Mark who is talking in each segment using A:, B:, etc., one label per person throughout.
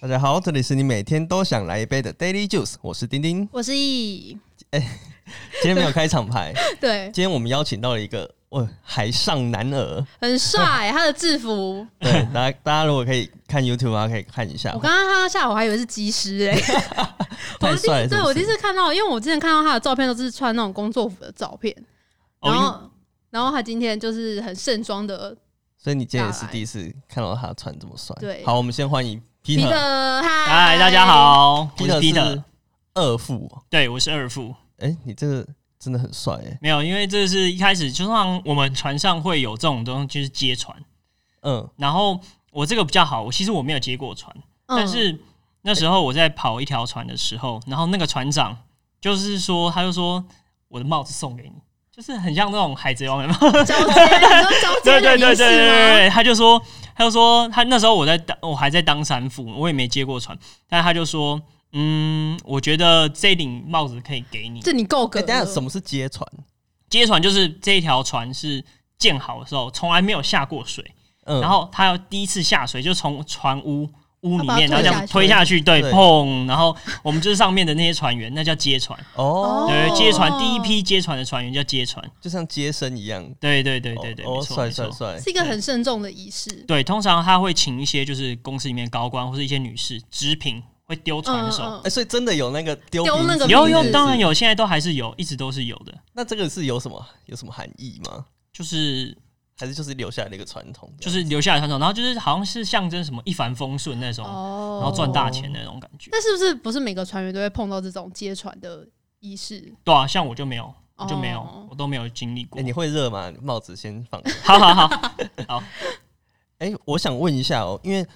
A: 大家好，这里是你每天都想来一杯的 Daily Juice，我是丁丁。
B: 我是易，
A: 今天没有开场 牌，
B: 对，
A: 今天我们邀请到了一个哇海上男儿，
B: 很 帅、他的制服。
A: 对，大家大家如果可以看 YouTube 啊，可以看一下
B: 我，刚刚看到下午还以为是技师 哎、我
A: 太
B: 第
A: 帅了
B: 一
A: 是不
B: 对
A: 是
B: 我第一次看到，因为我之前看到他的照片都是穿那种工作服的照片，
A: 哦
B: 然
A: 因
B: 后、
A: 为
B: 然后他今天就是很盛装的
A: 所以你今天也是
B: 下来
A: 第一次看到他穿这么帅。
B: 对
A: 好，我们先欢迎
B: 皮
A: Peter，Peter
B: 特，嗨
C: 嗨，大家，好，我是
A: 是
C: Peter，
A: 二副哦，
C: 对我是二副。
A: 哎、你这个真的很帅哎，
C: 没有，因为这是一开始，就像我们船上会有这种东西，就是接船。
A: 嗯，
C: 然后我这个比较好，我其实我没有接过船，
B: 嗯
C: 但是那时候我在跑一条船的时候，然后那个船长就是说，他就说我的帽子送给你，就是很像那种海贼王的帽子。
B: 交接，你说交接的仪
C: 对对 对对对对
B: 式吗？
C: 对，他就说，他就说，他那时候我在当，我还在当三副，我也没接过船，但他就说，嗯，我觉得这顶帽子可以给你。
B: 这你够格
A: 哎、
B: 了，
A: 等一下什么是接船？
C: 接船就是这一条船是建好的时候从来没有下过水，
A: 嗯，
C: 然后他要第一次下水就从船屋屋里面，
B: 他把它
C: 然后这样
B: 推
C: 推
B: 下
C: 下去，对，
A: 对
C: 砰，然后我们就是上面的那些船员，那叫接船，
A: 哦，
C: 对，接船
B: 哦
C: 第一批接船的船员叫接船，
A: 就像接生一样，
C: 对对对对对，
A: 哦，
C: 没
A: 哦
C: 错
A: 帅
C: 没
A: 帅
C: 错。
A: 帅，
B: 是一个很慎重的仪式。
C: 对，通常他会请一些就是公司里面高官或是一些女士直品会
B: 嗯
C: 丢船的时候，
A: 哎、所以真的有那个丢
B: 丢
A: 瓶
B: 那
A: 子
B: 个
C: 有
B: 瓶
C: 有
B: 子
C: 当然。有，现在都还是有，一直都是有的，
A: 那这个是有什么有什么含义吗？
C: 就是
A: 还是就是留下来的一个传统这
C: 就
A: 样？
C: 是留下来传统，然后就是好像是象征什么一帆风顺那种，
B: 哦
C: 然后赚大钱的那种感觉。
B: 那是不是不是每个船员都会碰到这种接船的仪式？
C: 对啊，像我就没有，我就没有，
B: 哦
C: 我都没有经历
A: 哎、
C: 过。
A: 你 会热吗？帽子先放。
C: 好好好，
A: 哎、我想问一下哦，因为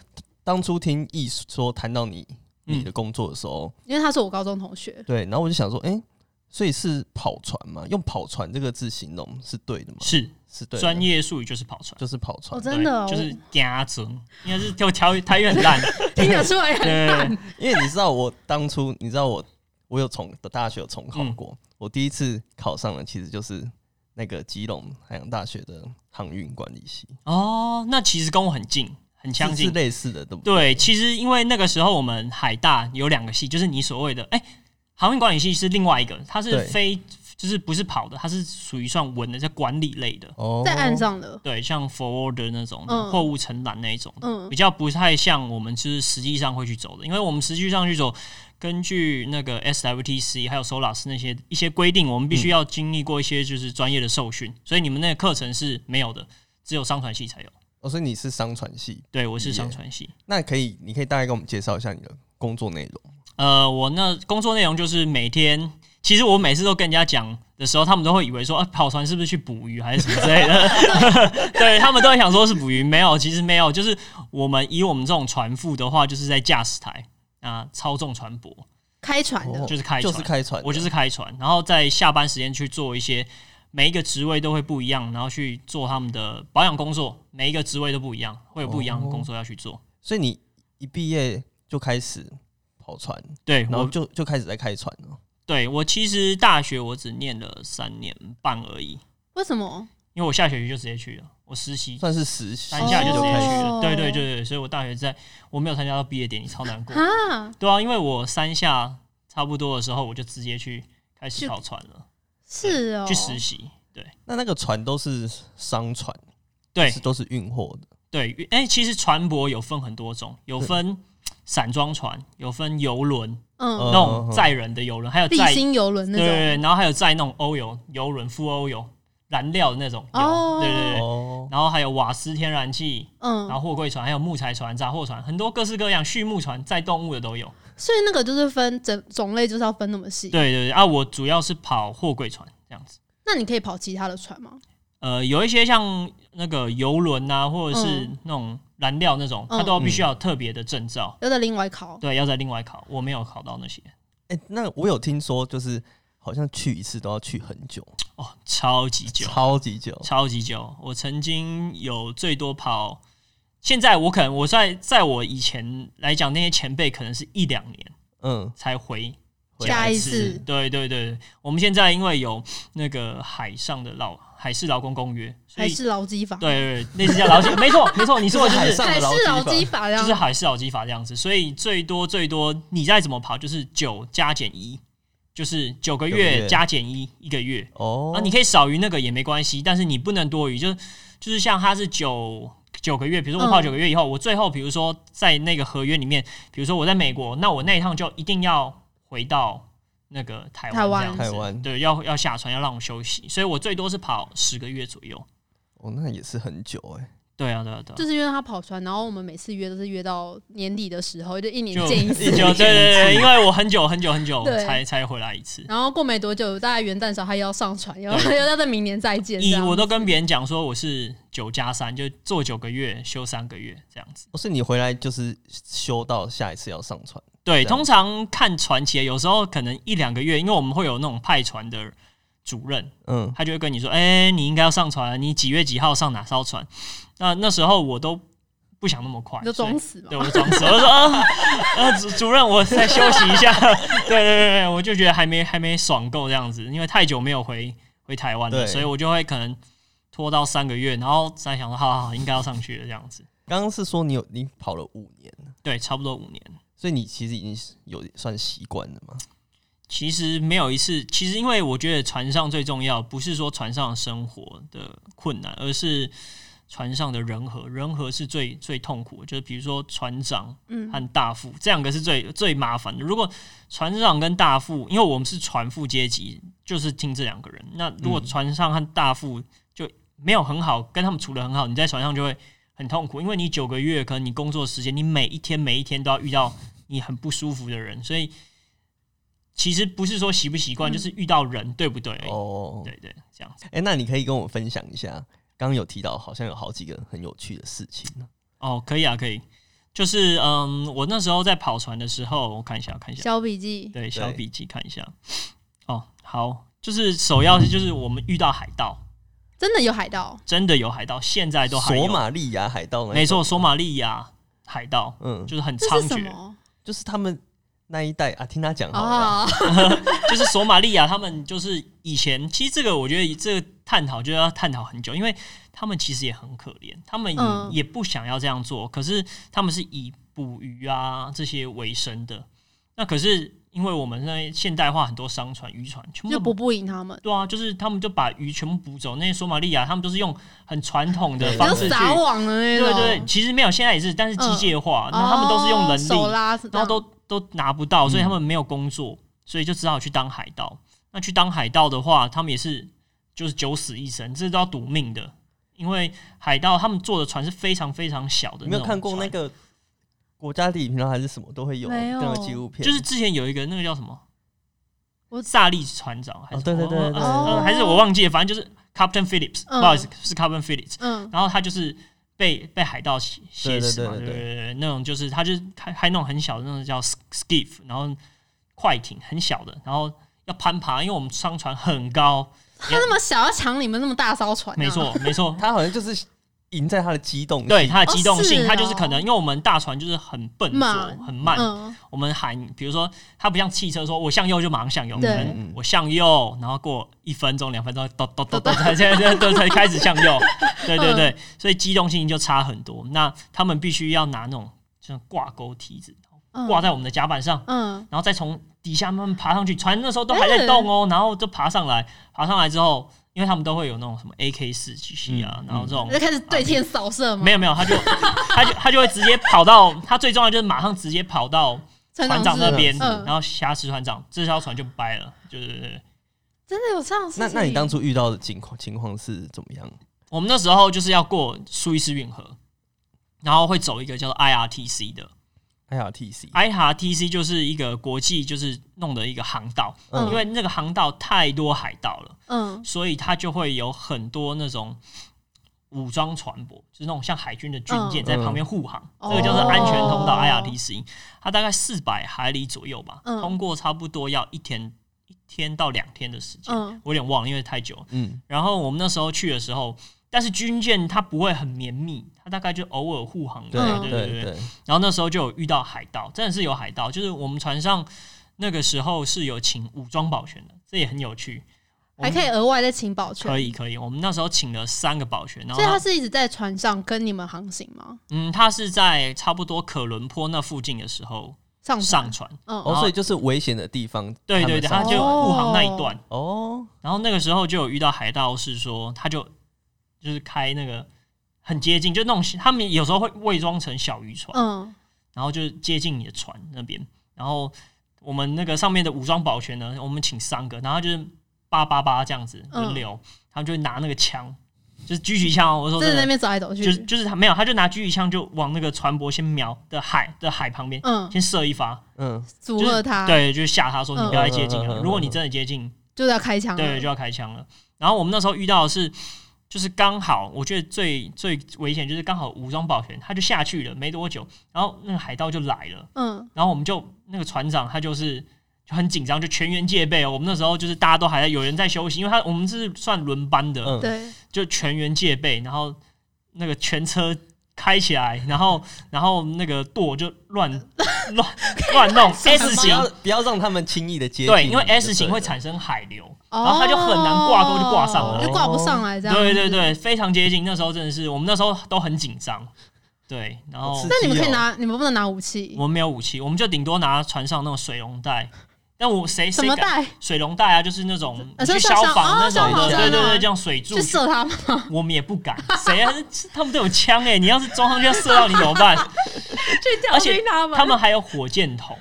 A: 当初听艺术说谈到你
C: 嗯
A: 你的工作的时候，
B: 因为他是我高中同学，
A: 对，然后我就想说，哎、所以是跑船嘛？用“跑船”这个字形容是对的吗？
C: 是
A: 是对的，
C: 专业术语就是跑船，
A: 就是跑船。
B: 哦，真的、哦，
C: 对就是加准，应该是跳跳台语很烂，
B: 听得出 来很
C: 对
B: 烂。
A: 因为你知道我当初，你知道我我有重大学有重考过，
C: 嗯
A: 我第一次考上的其实就是那个基隆海洋大学的航运管理系，
C: 哦，那其实跟我很近，很相
A: 是是
C: 近。
A: 类似的，对不对？
C: 对，其实因为那个时候我们海大有两个系，就是你所谓的哎、航运管理系是另外一个，它是
A: 对
C: 非就是不是跑的，它是属于算文的，在管理类的。
A: 哦
B: 在岸上的，
C: 对，像 forward 那种
B: 嗯
C: 货物承揽那一种的，
B: 嗯
C: 比较不太像我们就是实际上会去走的，因为我们实际上去走，根据那个 SWTC 还有 Solas 那些一些规定，我们
A: 嗯
C: 必须要经历过一些就是专业的受训，所以你们那个课程是没有的，只有商船系才有。
A: 哦，所以你是商船系，
C: 对，我
A: 理
C: 是
A: 解
C: 商船系。
A: 那可以，你可以大概跟我们介绍一下你的工作内容。
C: 呃，我那工作内容就是每天，其实我每次都跟人家讲的时候，他们都会以为说，啊，跑船是不是去捕鱼还是什么之类的？ 对他们都会想说是捕鱼，没有，其实没有，就是我们以我们这种船副的话，就是在驾驶台啊、操纵船舶，
B: 开船的
A: 哦，
C: 就是开船，
A: 就是开船的，
C: 我就是开船，然后在下班时间去做一些。每一个职位都会不一样，然后去做他们的保养工作。每一个职位都不一样，会有不一样的工作要去做。
A: 所以你一毕业就开始跑船，
C: 对，
A: 然
C: 我
A: 后就就开始在开船了。
C: 对我其实大学我只念了三年半而已，
B: 为什么？
C: 因为我下学期就直接去了，我实习
A: 算是实习，
C: 三下就直接去了。
B: 哦
C: 对对对对，所以我大学在我没有参加到毕业典礼，超难过。
B: 啊，
C: 对啊，因为我三下差不多的时候，我就直接去开始
B: 去
C: 跑船了，
B: 是哦，
C: 去实习。对
A: 那那个船都是商船，
C: 对
A: 是都是运货的。
C: 对，哎、其实船舶有分很多种，有分散装船，有分游轮，
B: 嗯，
C: 那种载人的游轮，还有
B: 立
C: 载对
B: 新游轮那
C: 对，
B: 种，
C: 呃对然后还有载那种欧游游轮、富欧游、燃料的那种油。
B: 哦
C: 对对对，
A: 哦，
C: 然后还有瓦斯天然气，然后
B: 嗯，
C: 货柜船，还有木材船、杂货船，很多各式各样畜牧船载动物的都有。
B: 所以那个就是分整种类，就是要分那么细。
C: 对对对啊，我主要是跑货柜船这样子。
B: 那你可以跑其他的船吗？
C: 呃，有一些像那个游轮啊，或者
B: 嗯
C: 是那种燃料那种，它都要必须要有特别的证照，
B: 要在另外考，
C: 对，要再另外考。我没有考到那些，
A: 哎、那我有听说，就是好像去一次都要去很久，
C: 哦，超级久，
A: 超级久。
C: 超级久。我曾经有最多跑，现在我可能我在在我以前来讲，那些前辈可能是一两年
A: 嗯，
C: 才回
B: 下一
C: 次
B: 次，
C: 对对对，我们现在因为有那个海上的绕海事劳工公约，所
B: 还
C: 以
B: 是劳基法？，
C: 对对对，类似这样劳基，没错没错，你说的就
A: 海
C: 是
A: 上
B: 还
A: 的
B: 是劳
A: 劳
B: 基
A: 基
B: 法
C: 就是
B: 呀？
C: 海事劳基法这样子，所以最多最多你再怎么跑就是九加减一，就是九
A: 九个
C: 个月
A: 月
C: 加减一一个月，
A: 哦，
C: 啊，你可以少于那个也没关系，但是你不能多余，就是就是像它是九九个月，比如说我跑
B: 嗯
C: 九个月以后，我最后比如说在那个合约里面，比如说我在美国，那我那一趟就一定要回到那个台
B: 台
C: 湾
B: 湾
C: 这样子，
A: 台湾
C: 对，要要下船要让我休息，所以我最多是跑十个月左右。
A: 哦，那也是很久哎、
C: 对啊，对啊，对啊，
B: 就是因为他跑船，然后我们每次约都是约到年底的时候，就一年
C: 就
B: 见一
C: 就
B: 次。
C: 对对对，因为我很久很久很久
B: 对
C: 才才回来一次。
B: 然后过没多久，大概元旦的时候他又要上船，又
C: 对
B: 又要在明年再见。
C: 以
B: 这样
C: 我都跟别人讲说我是九加三，就做九个月休三个月这样子。
A: 哦，是你回来就是修到下一次要上船，
C: 对，
A: 这样
C: 通常看传奇，有时候可能一两个月，因为我们会有那种派船的主任，
A: 嗯，
C: 他就会跟你说：“哎、你应该要上船，你几月几号上哪艘船？”那那时候我都不想那么快，
B: 你就
C: 所以
B: 装死嘛
C: 对，。我就装死，我就说：“啊， 啊主主任，我再休息一下。” 对对对对，我就觉得还没还没爽够这样子，因为太久没有回回台湾了，
A: 对
C: 所以我就会可能拖到三个月，然后再想说：“好好好，应该要上去了。”这样子，
A: 刚刚是说你有你跑了五年，
C: 对，差不多五年。
A: 所以你其实已经是有算习惯了嘛？
C: 其实没有一次，其实因为我觉得船上最重要，不是说船上的生活的困难，而是船上的人和人和是最最痛苦的，就是比如说船长
B: 嗯，
C: 和大副这两个是最最麻烦的。如果船长跟大副，因为我们是船副阶级，就是听这两个人。那如果
A: 嗯
C: 船上和大副就没有很好，跟他们处的很好，你在船上就会很痛苦，因为你九个月，可能你工作时间，你每一天每一天都要遇到你很不舒服的人，所以其实不是说习不习惯，
B: 嗯
C: 就是遇到人对不对而已。
A: 哦，
C: 对对，这样子。
A: 哎、那你可以跟我分享一下，刚刚有提到好像有好几个很有趣的事情呢。
C: 哦，可以啊，可以。就是嗯，我那时候在跑船的时候，我看一下，我看一下。
B: 小笔记，
C: 对，小笔记看一下。哦，好，就是首要是就是我们遇到海盗，
B: 真的有海盗，
C: 真的有海盗，现在哎都还
A: 索
C: 有。
A: 马利亚海盗那一
C: 没错，
A: 种
C: 索马利亚海盗
A: 嗯，
C: 就是很
B: 这
C: 猖
B: 是什
C: 獗，
B: 么？
A: 就是他们那一代啊，听他讲好了啦，
B: 哦，
C: 就是索马利亚他们就是以前，其实这个我觉得这个探讨就要探讨很久，因为他们其实也很可怜，他们也、
B: 嗯
C: 也不想要这样做，可是他们是以捕鱼啊这些为生的，那可是。因为我们那现代化很多商船、渔船，全部
B: 就
C: 都
B: 捕不赢他们，
C: 对啊，就是他们就把鱼全部捕走。那些索马利亚他们都是用很传统的
A: 对
C: 方
B: 就
C: 式去，
B: 撒网的那
C: 对
B: 种。
C: 对对，其实没有，现在也是，但是机械化，
B: 哦，
C: 那、他们都是用人
B: 手
C: 力，
B: 拉，然
C: 然后都都拿不
A: 嗯
C: 到，所以他们没有工作，所以就只好去当海盗。那去当海盗的话，他们也是就是九死一生，这都要赌命的。因为海盗他们坐的船是非常非常小的，
A: 你没有看过那？个国家地理频道还是什么都会有
B: 没有
A: 那个纪录片，
C: 就是之前有一个那个叫什么，
B: 我
C: 萨利船长还是
A: 哦对对对对对
C: 呃还是我忘记了，反正就是 Captain Phillips，、
B: 嗯
C: 不好意思，是 Captain Phillips。
B: 嗯，
C: 然后他就是被被海盗挟挟持嘛，
A: 对对对对
C: 对对，那种就是他就是开开那种很小的那种叫 skiff，然后快艇很小的，然后要攀爬，因为我们商船很高，
B: 他那么小，要抢你们那么大艘船，啊
C: 没，错没错，
A: 他好像就是赢在他的机动性
C: 对它的机动性，
B: 哦是
C: 它就是
B: 哦
C: 可能因为我们大船就是很笨拙
B: 慢
C: 很慢，
B: 嗯，
C: 我们喊，比如说它不像汽车，说我向右就马上向右，可
B: 对
C: 能我向右，然后过一分钟、两分钟，咚咚咚咚，才才才才开始向右，对对对，所以机动性就差很多。那他们必须要拿那种像挂钩梯子
B: 嗯
C: 挂在我们的甲板上，
B: 嗯，
C: 然后再从底下慢慢爬上去。船那时候都还在动哦，然后就爬上来，爬上来之后，因为他们都会有那种什么 AK 四七啊，
A: 嗯
C: 然后这种
B: 就开始对天扫射吗？
C: 没有没有，他就他就他就会直接跑到，他最重要就是马上直接跑到。
B: 船
C: 船长
B: 是
C: 那边，
B: 嗯
C: 然后挟持船长，这艘船就掰了。对对对，
B: 真的有这样的事
A: 那
B: 情
A: 那你当初遇到的情况情况是怎么样？
C: 我们那时候就是要过苏伊士运河，然后会走一个叫做 IRTC 的
A: 还有 T C，
C: 啊，IRTC 就是一个国际就是弄的一个航道，
B: 嗯
C: 因为那个航道太多海盗了，
B: 嗯
C: 所以它就会有很多那种。武装船舶就是那种像海军的军舰
B: 嗯
C: 在旁边护航，
B: 嗯
C: 这个就是安全通道
B: 哦
C: IRTC，它大概四百海里左右吧，
B: 嗯
C: 通过差不多要一天一天到两天的时间，
A: 哦
B: 嗯，
C: 我有点忘了，因为太久了。
A: 嗯，
C: 然后我们那时候去的时候，但是军舰它不会很绵密，它大概就偶尔护航。
A: 对
B: 嗯
C: 对对
A: 对对，
C: 然后那时候就有遇到海盗，真的是有海盗，就是我们船上那个时候是有请武装保全的，这也很有趣。我
B: 还
C: 们
B: 可以额外再请保全。
C: 可以可以，我们那时候请了三个保全，然后
B: 所以他是一直在船上跟你们航行吗？
C: 嗯，他是在差不多可伦坡那附近的时候
B: 上船
C: 上船，
B: 嗯，
A: 哦，所以就是危险的地方，
C: 对对对，
A: 他
C: 他
A: 们
C: 就
A: 上船
C: 护航那一段，
A: 哦，
C: 然后那个时候就有遇到海盗，是说他就就是开那个很接近，就那种他们有时候会伪装成小渔船，
B: 嗯，
C: 然后就接近你的船那边，然后我们那个上面的武装保全呢，我们请三个，然后就是八八八这样子
B: 嗯
C: 轮流，他们就拿那个枪，就是狙击枪哦，我说
B: 真的在那
C: 真的。
B: 边走来走去，
C: 就是就是他没有，他就拿狙击枪就往那个船舶先瞄的海的海旁边，
B: 嗯，
C: 先射一发，
A: 嗯，
B: 阻了他，，
C: 对，就是吓他说你不要再接近
A: 嗯嗯嗯
C: 了，
A: 嗯
C: 如果你真的接近，
B: 就是要开枪啊了，
C: 对，就要开枪了。然后我们那时候遇到的是，就是刚好我觉得最最危险就是刚好武装保全他就下去了没多久，然后那个海盗就来了，
B: 嗯，
C: 然后我们就那个船长他就是。就很紧张，就全员戒备哦。我们那时候就是大家都还在，有人在休息，因为他我们是算轮班的，
A: 嗯
B: 对，
C: 就全员戒备，然后那个全车开起来，然后然后那个舵就乱乱乱 弄 S
A: 不
C: 型，
A: 要不要让他们轻易的接近，
C: 对，因为 S 型会
A: 产。
C: 产生海流，
B: 然
C: 后他就很难挂钩就挂上
A: 来
B: 哦就挂不上来这样，
C: 对对。对，非常接近。那时候真的是，我们那时候都很紧张，对，然后
A: 好刺激
B: 那你们可以拿，你们不能拿武器
C: 我，们没有武器，我们就顶多拿船上那种水龙带。但我谁
B: 什
C: 谁
B: 么
C: 敢
B: 带
C: 水龙带啊？就是那种
B: 呃
C: 去
B: 是
C: 消
B: 消
C: 防
B: 防
C: 那种
A: 哦消
C: 的，
A: 防
C: 对对
B: 栓啊
C: 对，这样水柱
B: 去，射他们？
C: 我们也不敢。谁啊？他们都有枪哎，你要是装上去要射到你怎么 办？
B: 去
C: 而且
B: 他
C: 他们还有火箭筒，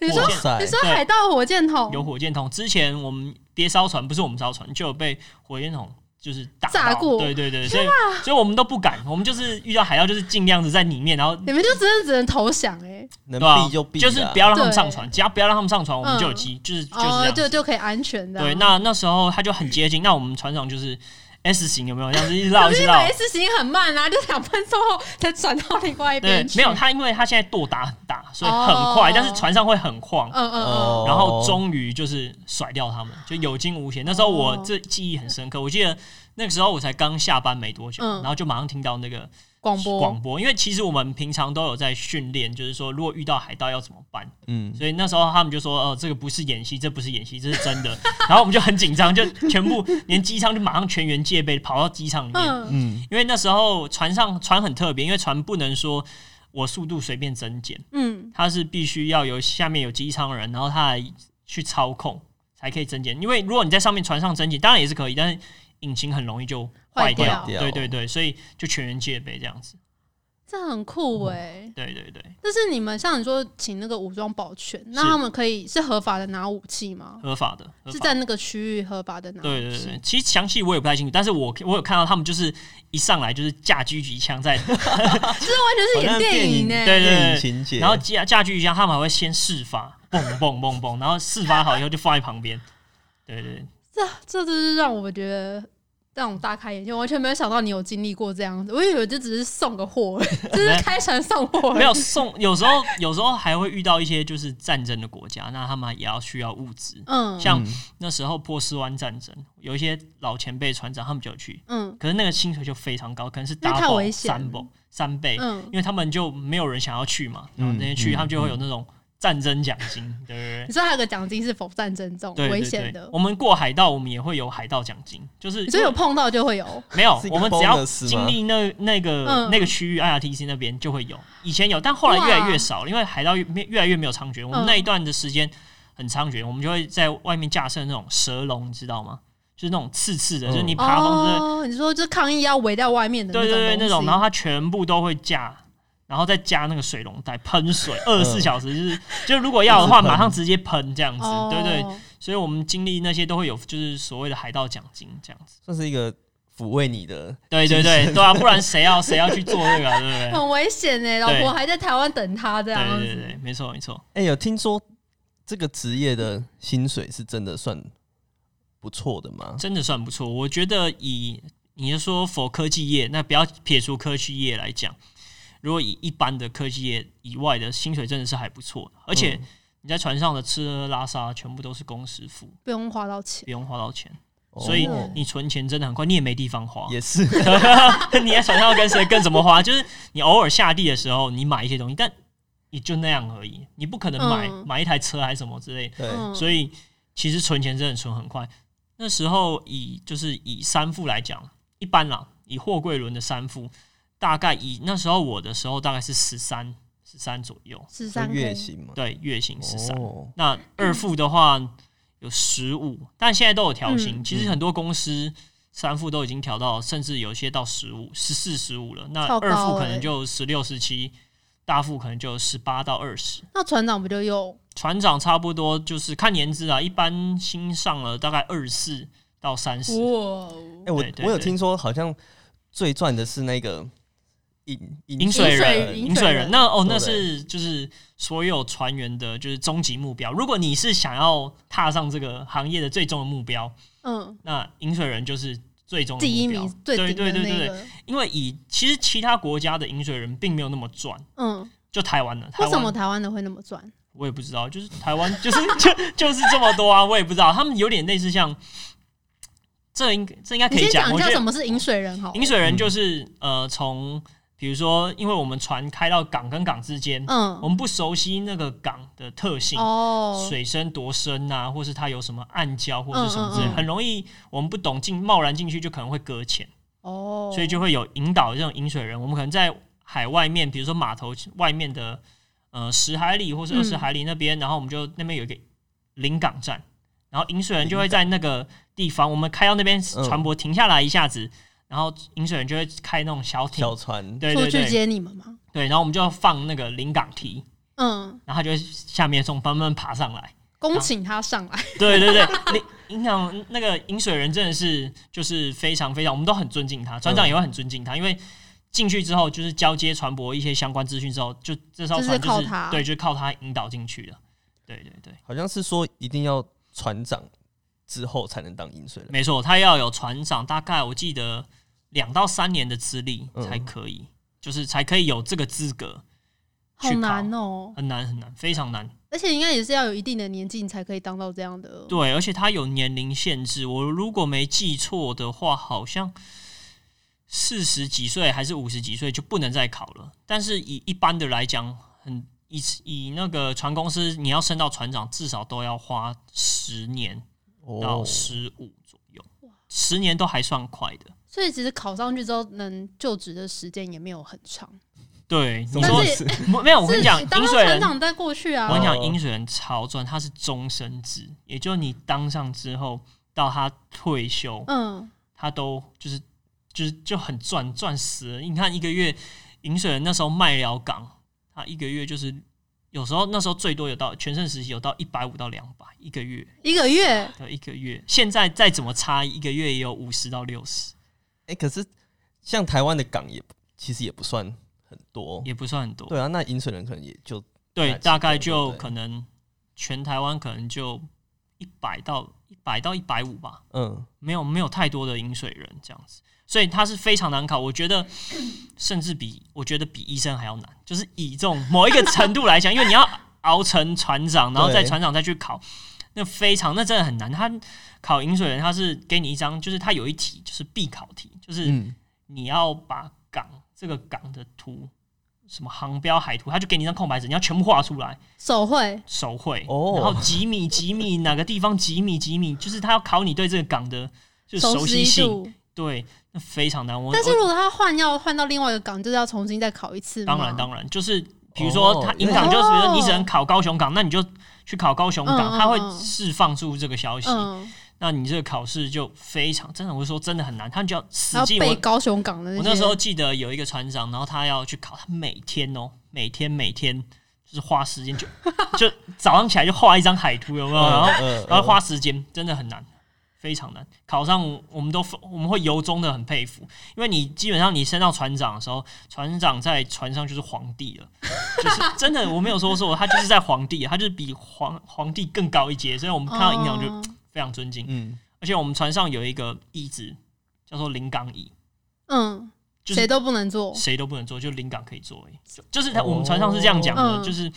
B: 你说
A: 哇塞
B: 你说
C: 对
B: 海盗火箭
C: 有
B: 筒
C: 火箭筒。之前我们别烧船，不是我们烧船，就有被火箭筒就是打
B: 炸
C: 到
B: 过
C: 对对对，所以所以我们都不敢，我们就是遇到海盗就是尽量的在里面，然后
B: 你们就真的只能投降哎，
A: 能
C: 对吧啊
A: 避就避啊啦，
C: 就是不要让他们上船，只要不要让他们上船，我们
B: 嗯
C: 就有机，就是就是这
B: 哦，
C: 样
B: 就
C: 子。
B: 就可以安全的。
C: 对，那那时候他就很接近，那我们船长就是 S 型有没有？这样子一直绕
B: 可
C: 一
B: 是
C: 直
B: 你
C: 绕
B: 们。S 型哎很慢啊，就两分钟后才转到另外一
C: 对
B: 边，去。
C: 没有，他，因为他现在舵打很大，所以
B: 哦
C: 很快，但是船上会很晃
B: 嗯，嗯嗯
A: 哦
C: 然后终于就是甩掉他们，就有惊无险。那时候
B: 哦
C: 我这记忆很深刻，我记得那个时候我才刚下班没多久，
B: 嗯哦
C: 然后就马上听到那个
B: 广播
C: 广播，因为其实我们平常都有在训练，就是说如果遇到海盗要怎么办。
A: 嗯，
C: 所以那时候他们就说：“哦、这个不是演戏，这不是演戏，这是真的。”然后我们就很紧张，就全部连机舱就马上全员戒备，跑到机舱里面。
B: 嗯
A: 嗯
C: 因为那时候船上船很特别，因为船不能说我速度随便增减，
B: 嗯，
C: 它是必须要有下面有机舱人，然后他来去操控才可以增减。因为如果你在上面船上增减，当然也是可以，但是引擎很容易就坏
B: 坏
A: 掉
C: 对对对，所以就全员戒备这样子。
B: 这很酷哎、
C: 对对对，
B: 就是你们像你说请那个武装保全，那
C: 是
B: 他们可以是合法的拿武器吗？
C: 合法的，合
B: 是
C: 法的
B: 在那个区域合法的拿武器？
C: 对对对，其实详细我也不太清楚，但是我我有看到他们就是一上来就是架狙击 枪在，
B: 这完全是演电影呢、
A: 好像
C: 对
A: 电影情节，
C: 然后架架狙击枪，他们还会先试发，嘣嘣嘣嘣，然后试发好以后就放在旁边。对对对
B: 这这就是让我觉得让我大开眼界，我完全没有想到你有经历过这样子，我以为就只是送个货，就是开船送货，
C: 没有送，有时候有时候还会遇到一些就是战争的国家，那他们也要需要物资。
B: 嗯
C: 像那时候波斯湾战争，有一些老前辈船长他们就有去，
B: 嗯
C: 可是那个薪水就非常高，可能是
B: 因为太
C: double
B: 危险
C: 三倍三倍，
B: 嗯
C: 因，为他们就没有人想要去嘛，然后那些去、
A: 嗯
C: 他们就会有那种战争奖金，对对
B: 你说还有个奖金是否战争这种
C: 对对对，
B: 危险的
C: 对？我们过海盗，我们也会有海盗奖金，就是
B: 你说有碰到就会有，
C: 没有
A: 是一？个
C: 我们只要
A: bonus 吗
C: 经历那那个、
B: 嗯
C: 那个区域 IRTC 那边就会有，以前有，但后来越来越少了，因为海盗越越来越没有猖獗。我
B: 嗯
C: 们那一段的时间很猖獗，我们就会在外面架设那种蛇笼，你知道吗？就是那种刺刺的，
A: 嗯
C: 就是你爬风之类的。
B: 哦，你说就抗议要围在外面的
C: 对对对，那
B: 那
C: 种，
B: 种
C: 然
B: 东
C: 后
B: 西，
C: 它全部都会架，然后再加那个水龙带喷水，二十四小时就是，就如果要的话，
A: 一直喷
C: 马上直接喷这样子，
B: 哦
C: 对对。所以我们经历那些都会有，就是所谓的海盗奖金这样子，
A: 算是一个抚慰你的，
C: 对对对，对啊，不然谁要谁要去做这个、啊，对不 对？
B: 很危险哎、老婆还在台湾等他这样
C: 对对
B: 子，
C: 对，没错没错，
A: 哎、有听说这个职业的薪水是真的算不错的吗？
C: 真的算不错。我觉得以你是说否科技业，那不要撇除科技业来讲，如果以一般的科技业以外的薪水，真的是还不错的，而且
A: 嗯
C: 你在船上的吃喝拉撒全部都是公司付，
B: 不用花到钱。
C: 不用花到钱，
A: 哦
C: 所以你存钱真的很快，你也没地方花。
A: 也是
C: 你在船上要跟谁跟怎么花？ 就是你偶尔下地的时候，你买一些东西，但也就那样而已，你不可能买、
B: 嗯
C: 买一台车还是什么之类的。
A: 对，
B: 嗯
C: 所以其实存钱真的存很快。那时候以就是以三副来讲，一般啦，以货柜轮的三副，大概以那时候我的时候大概是十三十三左右，
B: 十
A: 是
B: 三
A: 月薪嘛，
C: 对，月薪十三、
A: 哦
C: 那
B: 嗯
C: 二副的话有十五，但现在都有调薪。
B: 嗯
C: 其实很多公司三副都已经调到，甚至有些到十五、十四、十五了。那
B: 超高
C: 二副可
B: 欸
C: 能就十六、十七，大副可能就十八到二十。
B: 那船长不就有
C: 船长差不多就是看年资啊，一般新上了大概二十四到三十、
B: 哇？哦
A: 哎、我
C: 对对
A: 我有
C: 对
A: 听说，好像最赚的是那个饮
C: 饮
A: 饮
C: 水
B: 人
C: 饮水人，那哦，
A: 对
C: 那是就是所有船员的，就是终极目标。如果你是想要踏上这个行业的最终的目标，
B: 嗯，
C: 那饮水人就是最终的
B: 第一
C: 目标
B: 名最
C: 对
B: 顶的
C: 对对对
B: 那
C: 对，
B: 个，
C: 因为以其实其他国家的饮水人并没有那么赚，
B: 嗯，
C: 就台湾的。台
B: 为
C: 湾啊
B: 什么台湾的会那么赚？
C: 我也不知道，就是台湾 就是就就是这么多啊，我也不知道，他们有点类似像这应这应该可
B: 你
C: 以
B: 先讲一
C: 我觉
B: 下什
C: 得
B: 么是饮水人好了？
C: 饮水人就是、呃从比如说，因为我们船开到港跟港之间，我
B: 嗯，
C: 们不熟悉那个港的特性。
B: 哦，
C: 水深多深啊，或是它有什么暗礁，或是什么之类，
A: 嗯嗯嗯
C: 很容易我们不懂进贸然进去就可能会搁浅。
B: 哦，
C: 所以就会有引导这种饮水人。我们可能在海外面，比如说码头外面的呃十海里或是
B: 嗯
C: 二十海里那边，然后我们就那边有一个临港站，然后饮水人就会在那个地方，我们开到那边
A: 嗯
C: 船舶停下来一下子，然后饮水人就会开那种小艇，
A: 小船，
C: 对
B: 出
C: 对
B: 去
C: 对，
B: 接你们吗？
C: 对，然后我们就放那个临港梯，
B: 嗯，
C: 然后他就会下面从慢慢爬上来。
B: 恭请他上来。
C: 对对对，你影响那个饮水人真的是就是非常非常，我们都很尊敬他，船长也会很尊敬
B: 嗯
C: 他，因为进去之后就是交接船舶一些相关资讯之后，就这艘船
B: 就是
C: 就
B: 靠
C: 是
B: 他
C: 对，就是靠他引导进去的。对对对，
A: 好像是说一定要船长之后才能当饮水人。
C: 没错，他要有船长，大概我记得两到三年的资历
A: 嗯
C: 才可以，就是才可以有这个资格，
B: 好
C: 去考
B: 难哦、
C: 很难很难，非常难。
B: 而且应该也是要有一定的年纪，你才可以当到这样的。
C: 对，而且它有年龄限制，我如果没记错的话，好像四十几岁还是五十几岁就不能再考了。但是以一般的来讲，很以以那个船公司，你要升到船长，至少都要花十年
A: 哦
B: 哦
C: 到十五左右，十年都还算快的。
B: 所以其实考上去之后，能就职的时间也没有很长。
C: 对，你
B: 但
C: 说
B: 是
C: 不没有？我跟你讲，
B: 是
C: 饮
B: 当到
C: 水
B: 船
C: 人，
B: 长再过去
C: 我跟你
B: 啊。
C: 讲，饮水人超赚，他是终身制，也就是你当上之后到他退休，
B: 嗯，
C: 他都就是就是就很赚赚死了。你看一个月，饮水人那时候卖了港，他一个月就是有时候那时候最多有到全盛时期有到一百五到两百一个月
B: 一个月
C: 的一个月，现在再怎么差，一个月也有五十到六十，
A: 哎、可是像台湾的港也其实也不算很多，
C: 也不算很多。
A: 对啊，那饮水人可能也就
C: 对，
A: 大
C: 大概
A: 几个
C: 就
A: 对
C: 可能全台湾可能就一百到一百到一百五吧，
A: 嗯，
C: 没有没有太多的饮水人这样子，所以他是非常难考。我觉得 甚至比我觉得比医生还要难，就是以这种某一个程度来讲，因为你要熬成船长，然后再
A: 对
C: 船长再去考，那非常那真的很难。他考饮水人，他是给你一张，就是他有一题就是必考题，就是
A: 嗯
C: 你要把港这个港的图。什么航标、海图，他就给你一张空白纸，你要全部画出来，
B: 手绘，
C: 手绘，
A: 哦
C: 然后几米几米哪个地方几米几米，就是他要考你对这个港的就是熟
B: 悉
C: 悉性，
B: 度。
C: 对，那非常难。我
B: 但是
C: 我
B: 如果他换要换到另外一个岗，就是要重新再考一次吗。
C: 当然当然，就是比如
A: 哦
C: 说他引港，
B: 那
C: 就是比如说你只能考高雄港，那你就去考高雄
B: 嗯嗯
C: 港，他会
B: 嗯
C: 释放出这个消息。
B: 嗯，
C: 那你这个考试就非常真的，我是说真的很难，他就要死
B: 然后
C: 记
B: 背
C: 我。
B: 高雄港的
C: 我
B: 些
C: 那时候记得有一个船长，然后他要去考，他每天哦，每天每天就是花时间就就早上起来就画一张海图，有没有？哦然后
A: 嗯
C: 然后花时间真的很难，非常难。考上我们都我们会由衷的很佩服，因为你基本上你升到船长的时候，船长在船上就是皇帝了，就是 真的我没有说错，他就是在皇帝，他就是比皇皇帝更高一阶，所以我们看到营长就
B: 嗯
C: 非常尊敬。
A: 嗯，
C: 而且我们船上有一个椅子叫做临港椅，
B: 嗯，
C: 就
B: 谁
C: 是
B: 都不能做。
C: 谁都不能坐，就临港可以坐而已。就就是他我们船上是这样讲
B: 哦
C: 的，
B: 嗯
C: 就是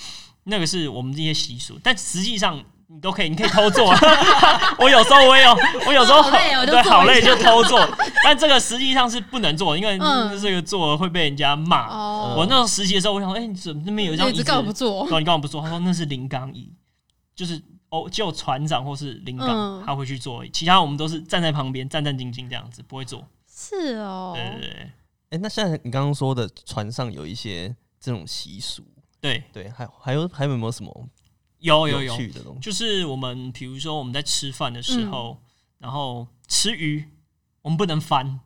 C: 那个是我们这些习俗，但实际上。你都可以，你可以偷做。啊 我有时候我也有，我有时候
B: 好累哦就做
C: 对，
B: 一下
C: 好累就偷做。但这个实际上是不能做，因为
B: 嗯
C: 这个做了会被人家骂。
B: 哦，
C: 我那时候呃实习的时候，我想说，哎、你怎么那边有一张
B: 你
C: 椅
B: 只
C: 子？
B: 干嘛不做？
C: 对，你干嘛不做？他说那是临港椅，就是哦，只有船长或是领
B: 嗯
C: 港他会去做而已，其他我们都是站在旁边战战兢兢这样子，不会做。
B: 是哦，
C: 对对对
A: 哎、那像你刚刚说的，船上有一些这种习俗，
C: 对，
A: 对，还还有还有没有什么
C: 有哦有
A: 有
C: 有，
A: 趣的东西？
C: 就是我们比如说我们在吃饭的时
B: 嗯
C: 候，然后吃鱼，我们不能翻，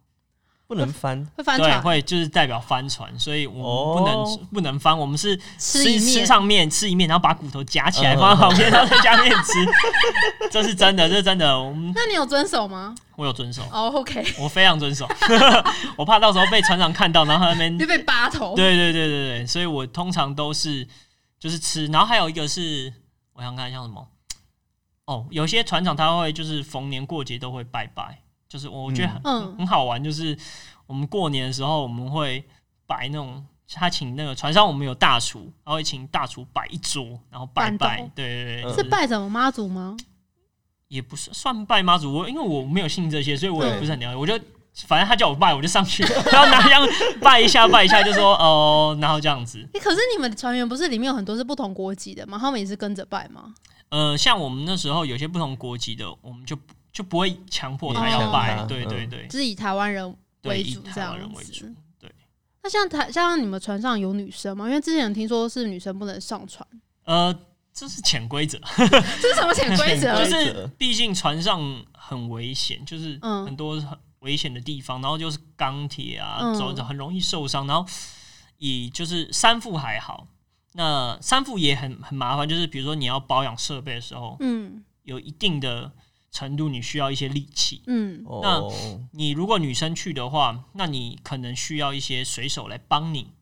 A: 不能翻，
B: 会翻
C: 对，
B: 船，
C: 会就是代表翻船，所以我们不能、
A: 哦
C: 不能翻，我们是
B: 吃一面
C: 吃上面吃一面，然后把骨头夹起来
A: 嗯
C: 放在旁边，然后再加面吃， 这是真的，这是真的，我们
B: 那你有遵守吗？
C: 我有遵守，
B: 哦，OK、o k
C: 我非常遵守，我怕到时候被船长看到，然后他那边
B: 就被拔头。
C: 对对对对对，所以我通常都是就是吃，然后还有一个是我想看像什么哦，有些船长他会就是逢年过节都会拜拜，就是我觉得很、
B: 嗯
C: 很好玩，就是我们过年的时候我们会摆那种。他请那个船上我们有大厨，他会请大厨摆一桌，然后拜
B: 板
C: 拜
B: 豆，
C: 对对对，
A: 嗯
C: 就是
B: 拜什么妈祖吗？
C: 也不是算拜妈祖，我因为我没有信这些，所以我也
A: 对
C: 不是很了解。我就反正他叫我拜，我就 上去，然后拿香拜一下，拜一下，就说哦，然后这样子。
B: 欸可是你们的船员不是里面有很多是不同国籍的吗？他们也是跟着拜吗？
C: 呃，像我们那时候有些不同国籍的，我们就不就不会强迫他
B: 勉
C: 要
B: 强
C: 拜，
A: 他
C: 对
A: 嗯
C: 对对，
B: 就是以台湾人
C: 对
B: 为
C: 以
B: 主这
C: 台湾人
B: 样
C: 为主
B: 子。
C: 对。
B: 那像台像你们船上有女生吗？因为之前有听说是女生不能上船，
C: 呃，这是潜规则，
B: 这是什么潜规
A: 潜
B: 则
C: 就
A: 规？则
C: 是毕竟船上很危险，就是
B: 嗯
C: 很多很危险的地方，然后就是钢铁啊，
B: 嗯
C: 走着很容易受伤，然后以就是三副还好。那三副也很很麻烦，就是比如说你要保养设备的时候，
B: 嗯
C: 有一定的程度你需要一些力气，
B: 嗯
C: 那
A: 哦，
C: 你如果女生去的话，那你可能需要一些水手来帮你，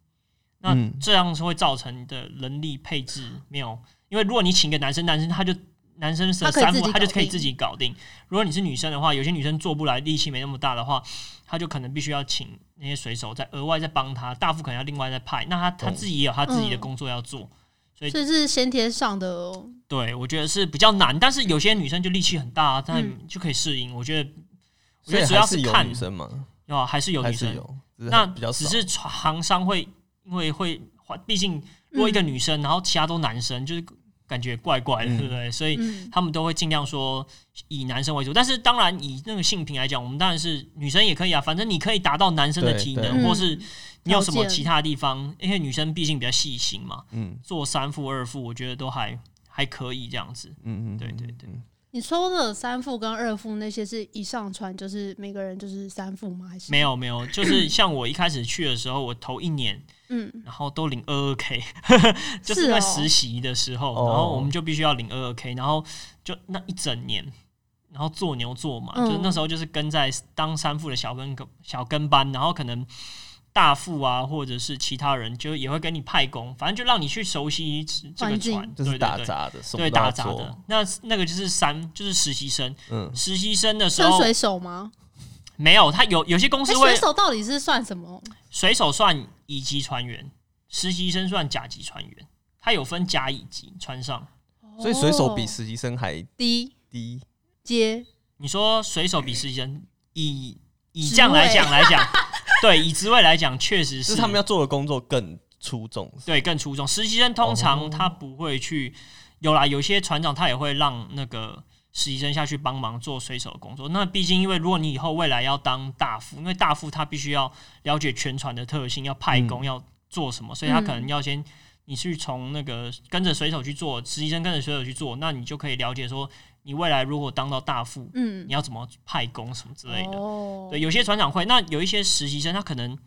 C: 那
A: 嗯
C: 这样是会造成你的人力配置没有，因为如果你请个男生，男生他就男生是
B: 他可以
C: 三
B: 自己
C: 副，他就
B: 搞定
C: 可以自己搞定。如果你是女生的话，有些女生做不来，力气没那么大的话，他就可能必须要请那些水手再额外再帮他，大副可能要另外再派，那他他
A: 懂
C: 自己也有他自己的
B: 嗯
C: 工作要做。所以
B: 所以是先天上的哦，
C: 对，我觉得是比较难，但是有些女生就力气很大，啊但
B: 嗯
C: 就可以适应。我觉得，我
A: 所
C: 觉
A: 以
C: 得主
A: 还
C: 要
A: 是有
C: 看
A: 女生嘛，
C: 哦，还是有
A: 还
C: 女
A: 是
C: 生，
A: 有，只是
C: 那
A: 比较
C: 只
A: 少。
C: 是船行商会因为会，
B: 嗯
C: 毕竟如果一个女生，然后其他都男生，就是感觉怪怪的，
A: 嗯
C: 对不对？所以
B: 嗯
C: 他们都会尽量说以男生为主，但是当然以那个性平来讲，我们当然是女生也可以啊，反正你可以达到男生的
A: 对
C: 体
A: 对
C: 能，或是你有什
B: 嗯
C: 么
B: 条件
C: 其他地方，因为女生毕竟比较细心嘛，
A: 嗯
C: 做三副二副，我觉得都还还可以这样子。
A: 嗯嗯，
C: 对对对
A: 嗯
B: 你说的三副跟二副那些是一上船就是每个人就是三副吗？还是
C: 没？有没有，就是像我一开始去的时候，我头一年
B: 嗯，
C: 然后都领二二 k，就是是在
B: 哦
C: 实习的时候，
A: 哦
C: 然后我们就必须要领二二 k，然后就那一整年，然后做牛做马，
B: 嗯
C: 就是那时候就是跟在当三副的小跟小跟班，然后可能大副啊或者是其他人就也会跟你派工，反正就让你去熟悉这个
B: 环境
C: 船，
A: 就
C: 对
A: 是
C: 对
A: 打
C: 对。
A: 杂的，什么
C: 对
A: 都要
C: 打杂
A: 做
C: 的，哦那那个就是三，就是实习生。
A: 嗯，
C: 实习生的时
B: 算
C: 候
B: 水手吗？
C: 没有，他有有些公
B: 哎、
C: 司会
B: 水手到底是算什么？
C: 水手算乙级船员，实习生算甲级船员，他有分甲乙级船上。
A: 所以水手
B: 哦
A: 比实习生还
B: 低
A: 低，
B: 阶
C: 你说水手比实习生，以以
B: 职
C: 这样来
B: 位
C: 讲来 讲，对，以职位来讲，确实
A: 就是是他们要做的工作更出众。
C: 对更出众。实习生通常
A: 哦
C: 他不会去，有啦，有些船长他也会让那个实习生下去帮忙做水手的工作。那毕竟因为如果你以后未来要当大副，因为大副他必须要了解全船的特性，要派
A: 嗯
C: 工，要做什么，所以他
B: 嗯
C: 可能要先。你去从那个跟着水手去做，实习生跟着水手去做，那你就可以了解说，你未来如果当到大副，
B: 嗯
C: 你要怎么派工什么之类的。
B: 哦
C: 对，有些船长会，那有一些实习生，他可能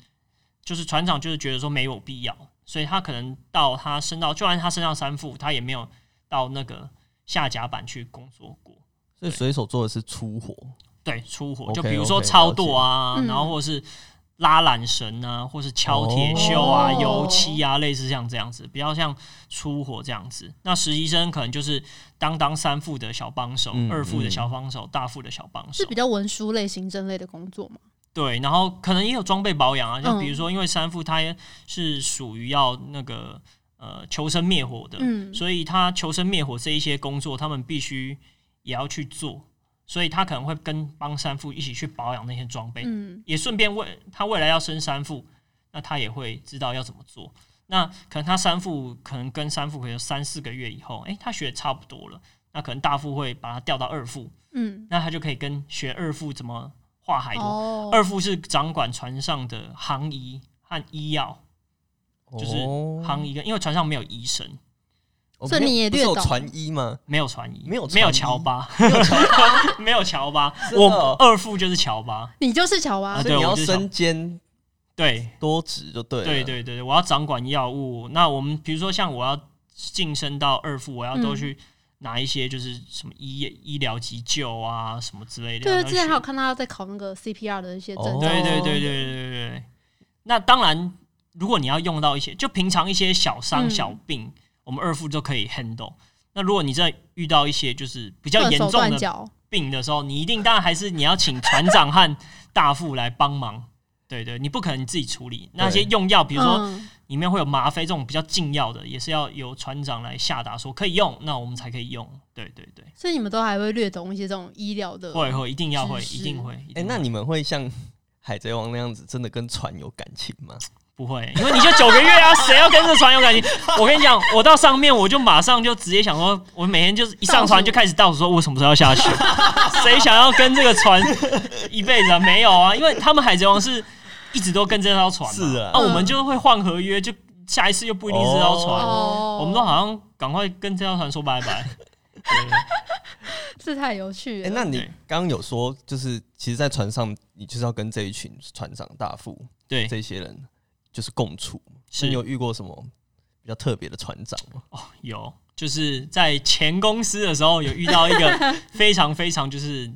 C: 就是船长就是觉得说没有必要，所以他可能到他升到，就算他升到三副，他也没有到那个下甲板去工作过。
A: 所以水手做的是粗活，
C: 对，出火
A: OK，
C: 就比如说
A: OK，
C: 超舵啊
B: 了解嗯
C: 然后或是拉缆绳啊，或是敲铁锈啊、
B: 哦
C: 油漆啊，类似像这样子，比较像出火这样子。那实习生可能就是当当三副的小帮手、
A: 嗯
C: 二副的
A: 嗯
C: 小帮手、大副的小帮手，
B: 是比较文书类、行政类的工作嘛？
C: 对，然后可能也有装备保养啊，就比如
B: 嗯
C: 说，因为三副它也是属于要那个呃求生灭火的，
B: 嗯
C: 所以他求生灭火这一些工作，他们必须也要去做，所以他可能会跟帮三副一起去保养那些装备，
B: 嗯，
C: 也顺便为他未来要升三副，那他也会知道要怎么做。那可能他三副可能跟三副可能有三四个月以后，诶，他学得差不多了，那可能大副会把它调到二副，
B: 嗯，
C: 那他就可以跟学二副怎么画海螺。
B: 哦，
C: 二副是掌管船上的航医和医药，就是航
A: 行，
C: 医跟因为船上没有医生，
A: 哦
B: 所以
A: 没有
B: 你也
A: 哦不是
B: 略
A: 有
B: 懂
A: 船医吗？
C: 没有船医，
A: 没有船医
C: 没有乔巴，没有乔巴，
A: 真的
C: 我
A: 哦
C: 二副就是乔巴，
B: 你就是巧蛙
C: 啊
A: 所以
C: 对
A: 你
C: 我
A: 要
C: 就是想
A: 身兼
C: 对
A: 多职就对了。
C: 对对对对，我要掌管药物。那我们比如说像我要晋升到二副，我要都
B: 嗯
C: 去拿一些就是什么医医疗急救啊什么之类的。
B: 对，
C: 要
B: 之
C: 去
B: 前还有看到他在考那个 CPR 的一些证
A: 哦
B: 照
C: 对对对对对对对。那当然，如果你要用到一些，就平常一些小伤
B: 嗯
C: 小病，我们二副就可以 handle。那如果你真的遇到一些就是比较
B: 断
C: 严
B: 手
C: 重
B: 断
C: 的
B: 脚，
C: 病的时候，你一定当然还是你要请船长和大副来帮忙。 对对，你不可能自己处理那些用药，比如说
B: 嗯
C: 里面会有吗啡这种比较禁药的，也是要由船长来下达说可以用，那我们才可以用。对对对，
B: 所以你们都还会略懂一些这种医疗的，
C: 会会一定要会，
B: 知识
C: 一定会。一
A: 哎、
C: 定会
A: 那你们会像海贼王那样子，真的跟船有感情吗？
C: 不会，因为你就九个月啊，谁要跟这船有感情？ 我跟你讲，我到上面我就马上就直接想说，我每天就是一上船就开始倒数，说我什么时候要下去？ 谁想要跟这个船一辈子啊？没有啊，因为他们海贼王是一直都跟这艘船嘛，
A: 是啊
C: 那、我们就会换合约，就下一次又不一定是这艘船，
B: 哦，
C: 我们都好像赶快跟这艘船说拜 拜。对
B: 这太有趣
A: 哎、
B: 了。
A: 那你
C: 对
A: 刚刚有说，就是其实，在船上你就是要跟这一群船长、大副
C: 对，
A: 这些人就是共处。
C: 是
A: 那你有遇过什么比较特别的船长吗？
C: 哦，有，就是在前公司的时候有遇到一个非常非常就是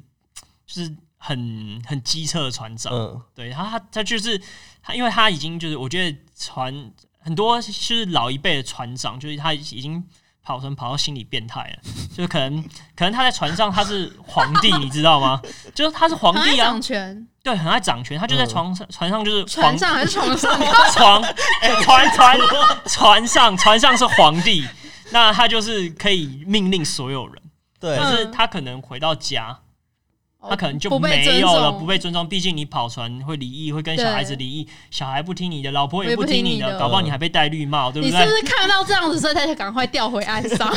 C: 就是很很机车的船长，
A: 嗯，
C: 对他他他就是他，因为他已经就是我觉得船很多就是老一辈的船长，就是他已经跑船跑到心理变态了，就是可能可能他在船上他是皇帝，你知道吗？就是他是皇
B: 很爱
C: 帝啊
B: 掌，权，
C: 对，很爱掌权，他就在床上、船上就是皇
B: 船上还是 床上？
C: 床，哎、船船船上船上是皇帝，那他就是可以命令所有人，
A: 对，
C: 但
B: 嗯
C: 是他可能回到家，他可能就
B: 哦不被
C: 没
B: 尊
C: 有了，
B: 重，
C: 不被尊重。毕竟你跑船会离异，会跟小孩子
B: 对
C: 离异，小孩不听你的，老婆
B: 我也
C: 也不
B: 不
C: 听
B: 听
C: 你
B: 你
C: 的，
B: 的
C: 搞不好你还被戴绿帽，对
B: 你
C: 不
B: 是
C: 对
B: 不？是看到这样子，所以他才赶快调回岸上？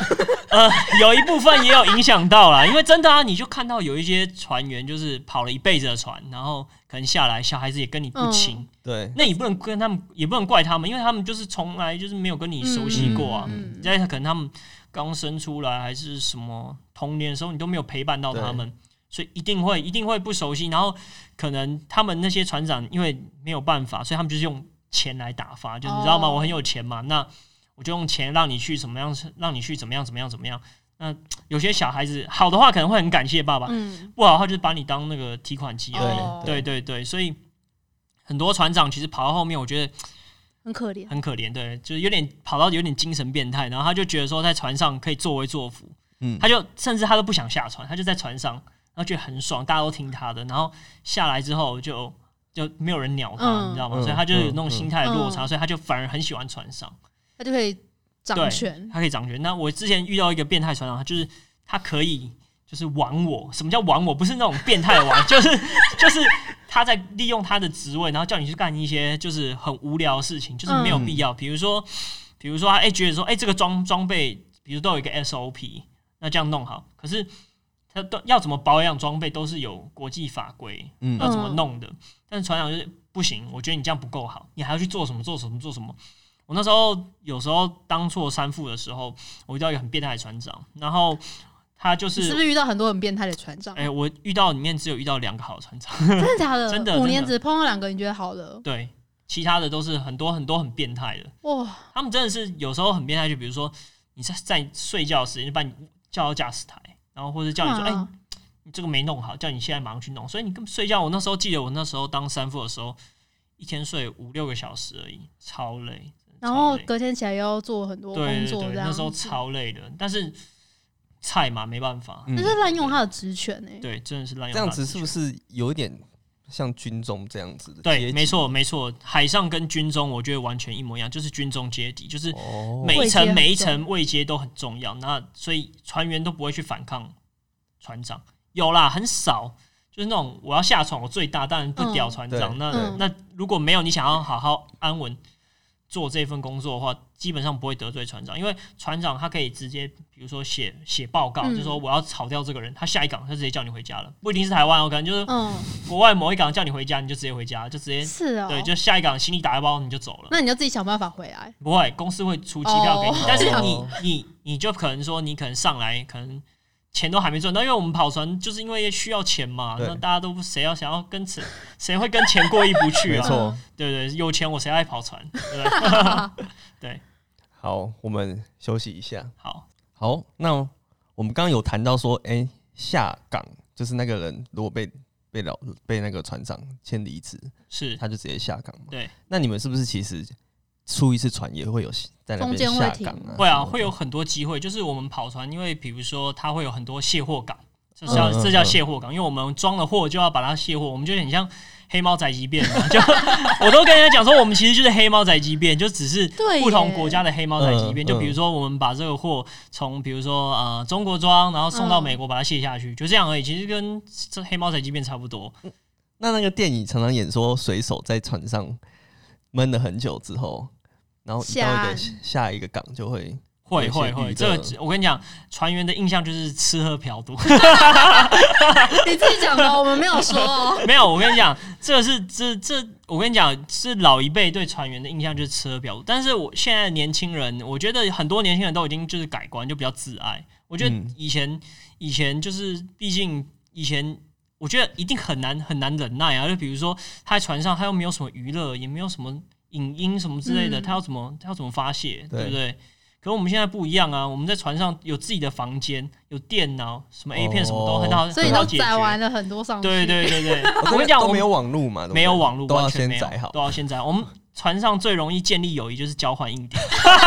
C: 呃，有一部分也有影响到啦，因为真的啊，你就看到有一些船员就是跑了一辈子的船，然后可能下来，小孩子也跟你不
B: 嗯
C: 亲。
A: 对，
C: 那你不能跟他们，也不能怪他们，因为他们就是从来就是没有跟 你熟悉过啊。
B: 嗯嗯嗯
C: 再、可能他们刚生出来还是什么童年的时候，你都没有陪伴到他们，所以一定会一定会不熟悉。然后可能他们那些船长因为没有办法，所以他们就是用钱来打发，就你知道吗？
B: 哦
C: 我很有钱嘛，那我就用钱让你去怎么样，让你去怎么样怎么样怎么样。那有些小孩子好的话可能会很感谢爸爸，
B: 嗯，
C: 不好的话就是把你当那个提款机而已。
B: 哦
C: 对对对，所以很多船长其实跑到后面，我觉得
B: 很可怜。
C: 很可怜，对，就是有点跑到有点精神变态，然后他就觉得说在船上可以作威作福，
A: 嗯
C: 他就甚至他都不想下船，他就在船上，然后觉得很爽，大家都听他的，然后下来之后就就没有人鸟他，
B: 嗯
C: 你知道吗？
A: 嗯
C: 所以他就有那种心态的落差，
B: 嗯
C: 所以他就反而很喜欢船上，
B: 他就可以掌权。
C: 他可以掌权。那我之前遇到一个变态船长，他就是他可以。就是玩我，什么叫玩我？不是那种变态玩， 就是就是他在利用他的职位，然后叫你去干一些就是很无聊的事情，就是没有必要。比如说，比如说他哎、觉得说哎、这个装装备，比如都有一个 SOP，那这样弄好。可是他都要怎么保养装备都是有国际法规，
A: 嗯
C: 要怎么弄的。但是船长就是不行，我觉得你这样不够好，你还要去做什么做什么做什么。我那时候有时候当错三副的时候，我遇到一个很变态的船长，然后他就
B: 你是不是遇到很多很变态的船长
C: 哎、？我遇到里面只有遇到两个好船长，
B: 真的假的？
C: 真的
B: 五
C: 真
B: 年
C: 的
B: 只碰到两个，你觉得好了？
C: 对，其他的都是很多很多很变态的。
B: 哇，
C: 他们真的是有时候很变态，就比如说你在在睡觉的时间就把你叫到驾驶台，然后或者叫你说，哎、
B: 哇
C: 你这个没弄好，叫你现在马上去弄。所以你根本睡觉，我那时候记得我那时候当三副的时候，一天睡五六个小时而已，超累。
B: 然后
C: 超累
B: 隔天起来又要做很多
C: 对
B: 工
C: 对
B: 作，
C: 对，
B: 这样嗯
C: 那时候
B: 子
C: 超累的，但是菜嘛没办法，
A: 嗯
B: 那是滥用他的职权哎。
C: 对，真的是滥用
A: 这样
C: 他的
A: 子
C: 职
A: 是不
C: 权
A: 是有点像军中这样子的？
C: 对，没。错，没错，海上跟军中，我觉得完全一模一样，就是军中阶级，就是
A: 哦，
C: 每一
B: 位阶
C: 层
B: 很
C: 每一
B: 重
C: 层位阶都很重要。那所以船员都不会去反抗船长，有啦，很少，就是那种我要下船，我最大，当然不屌
B: 嗯
C: 船
A: 对
C: 长。那、
B: 嗯
C: 那如果没有你想要好好安稳做这份工作的话，基本上不会得罪船长，因为船长他可以直接，比如说写写报告，
B: 嗯
C: 就说我要炒掉这个人，他下一岗他直接叫你回家了，不一定是台湾哦，可能就是
B: 嗯，
C: 国外某一岗叫你回家，你就直接回家，就直接
B: 是哦，
C: 对，就下一岗行李打一包你就走了。
B: 那你就自己想办法回 来。
C: 不会，公司会出机票给你
B: 哦，
C: 但是你
A: 哦
C: 你你就可能说你可能上来可能钱都还没赚到，因为我们跑船就是因为需要钱嘛，
A: 对
C: 那大家都不谁要想要跟钱 谁会跟钱过意不去
A: 没
C: 啊？
A: 错。
C: 对对，有钱我谁爱跑船？ 对不对？
A: 好，我们休息一下。
C: 好，
A: 好，那我们刚刚有谈到说，哎、下岗就是那个人如果被被老被那个船长签离职，
C: 是
A: 他就直接下岗嘛。
C: 对，
A: 那你们是不是其实出一次船也会有在那
B: 中
A: 边
B: 间会
A: 下
B: 停
A: 岗啊？
C: 会啊，
A: 什么的
C: 会有很多机会。就是我们跑船，因为比如说它会有很多卸货港，这叫、
A: 嗯嗯
C: 这叫
A: 嗯
C: 卸货港，因为我们装了货就要把它卸货，我们就很像黑猫宅急便嘛。就 我都跟人家讲说，我们其实就是黑猫宅急便，就只是
B: 对耶
C: 不同国家的黑猫宅急便。
A: 嗯
C: 就比如
A: 嗯
C: 说我们把这个货从比如说呃中国装，然后送到
B: 嗯
C: 美国把它卸下去，就这样而已。其实跟这黑猫宅急便差不多。
A: 那那个电影常常演说，水手在船上闷了很久之后，然后一到一个
B: 下
A: 下一个港就会
C: 会
A: 有一些
C: 会
A: 绿的
C: 会，这个我跟你讲，船员的印象就是吃喝嫖赌。
B: 你自己讲的，我们没有 说哦。
C: 没有，我跟你讲，这是这这，我跟你讲，是老一辈对船员的印象就是吃喝嫖赌，但是我现在的年轻人，我觉得很多年轻人都已经就是改观，就比较自爱。我觉得
A: 嗯
C: 以前、以前就是，毕竟以前。我觉得一定很难很难忍耐啊！就比如说他在船上，他又没有什么娱乐，也没有什么影音什么之类的，
B: 嗯
C: 他要怎么他要怎么发泄，
A: 对
C: 对不对？可我们现在不一样啊！我们在船上有自己的房间，有电脑，什么 A 片什么都很好，
B: 所以你
C: 很好
B: 都
C: 解
B: 载
C: 决
B: 完了很多上去，
C: 对对对对，
A: 哦
C: 我跟你讲，
A: 都
C: 我
A: 没有
C: 们
A: 网路嘛，对不对
C: 没有网络，
A: 都要
C: 完全
A: 先
C: 没有
A: 载好
C: 都。要先载好。我们船上最容易建立友谊就是交换硬碟，
B: 所以看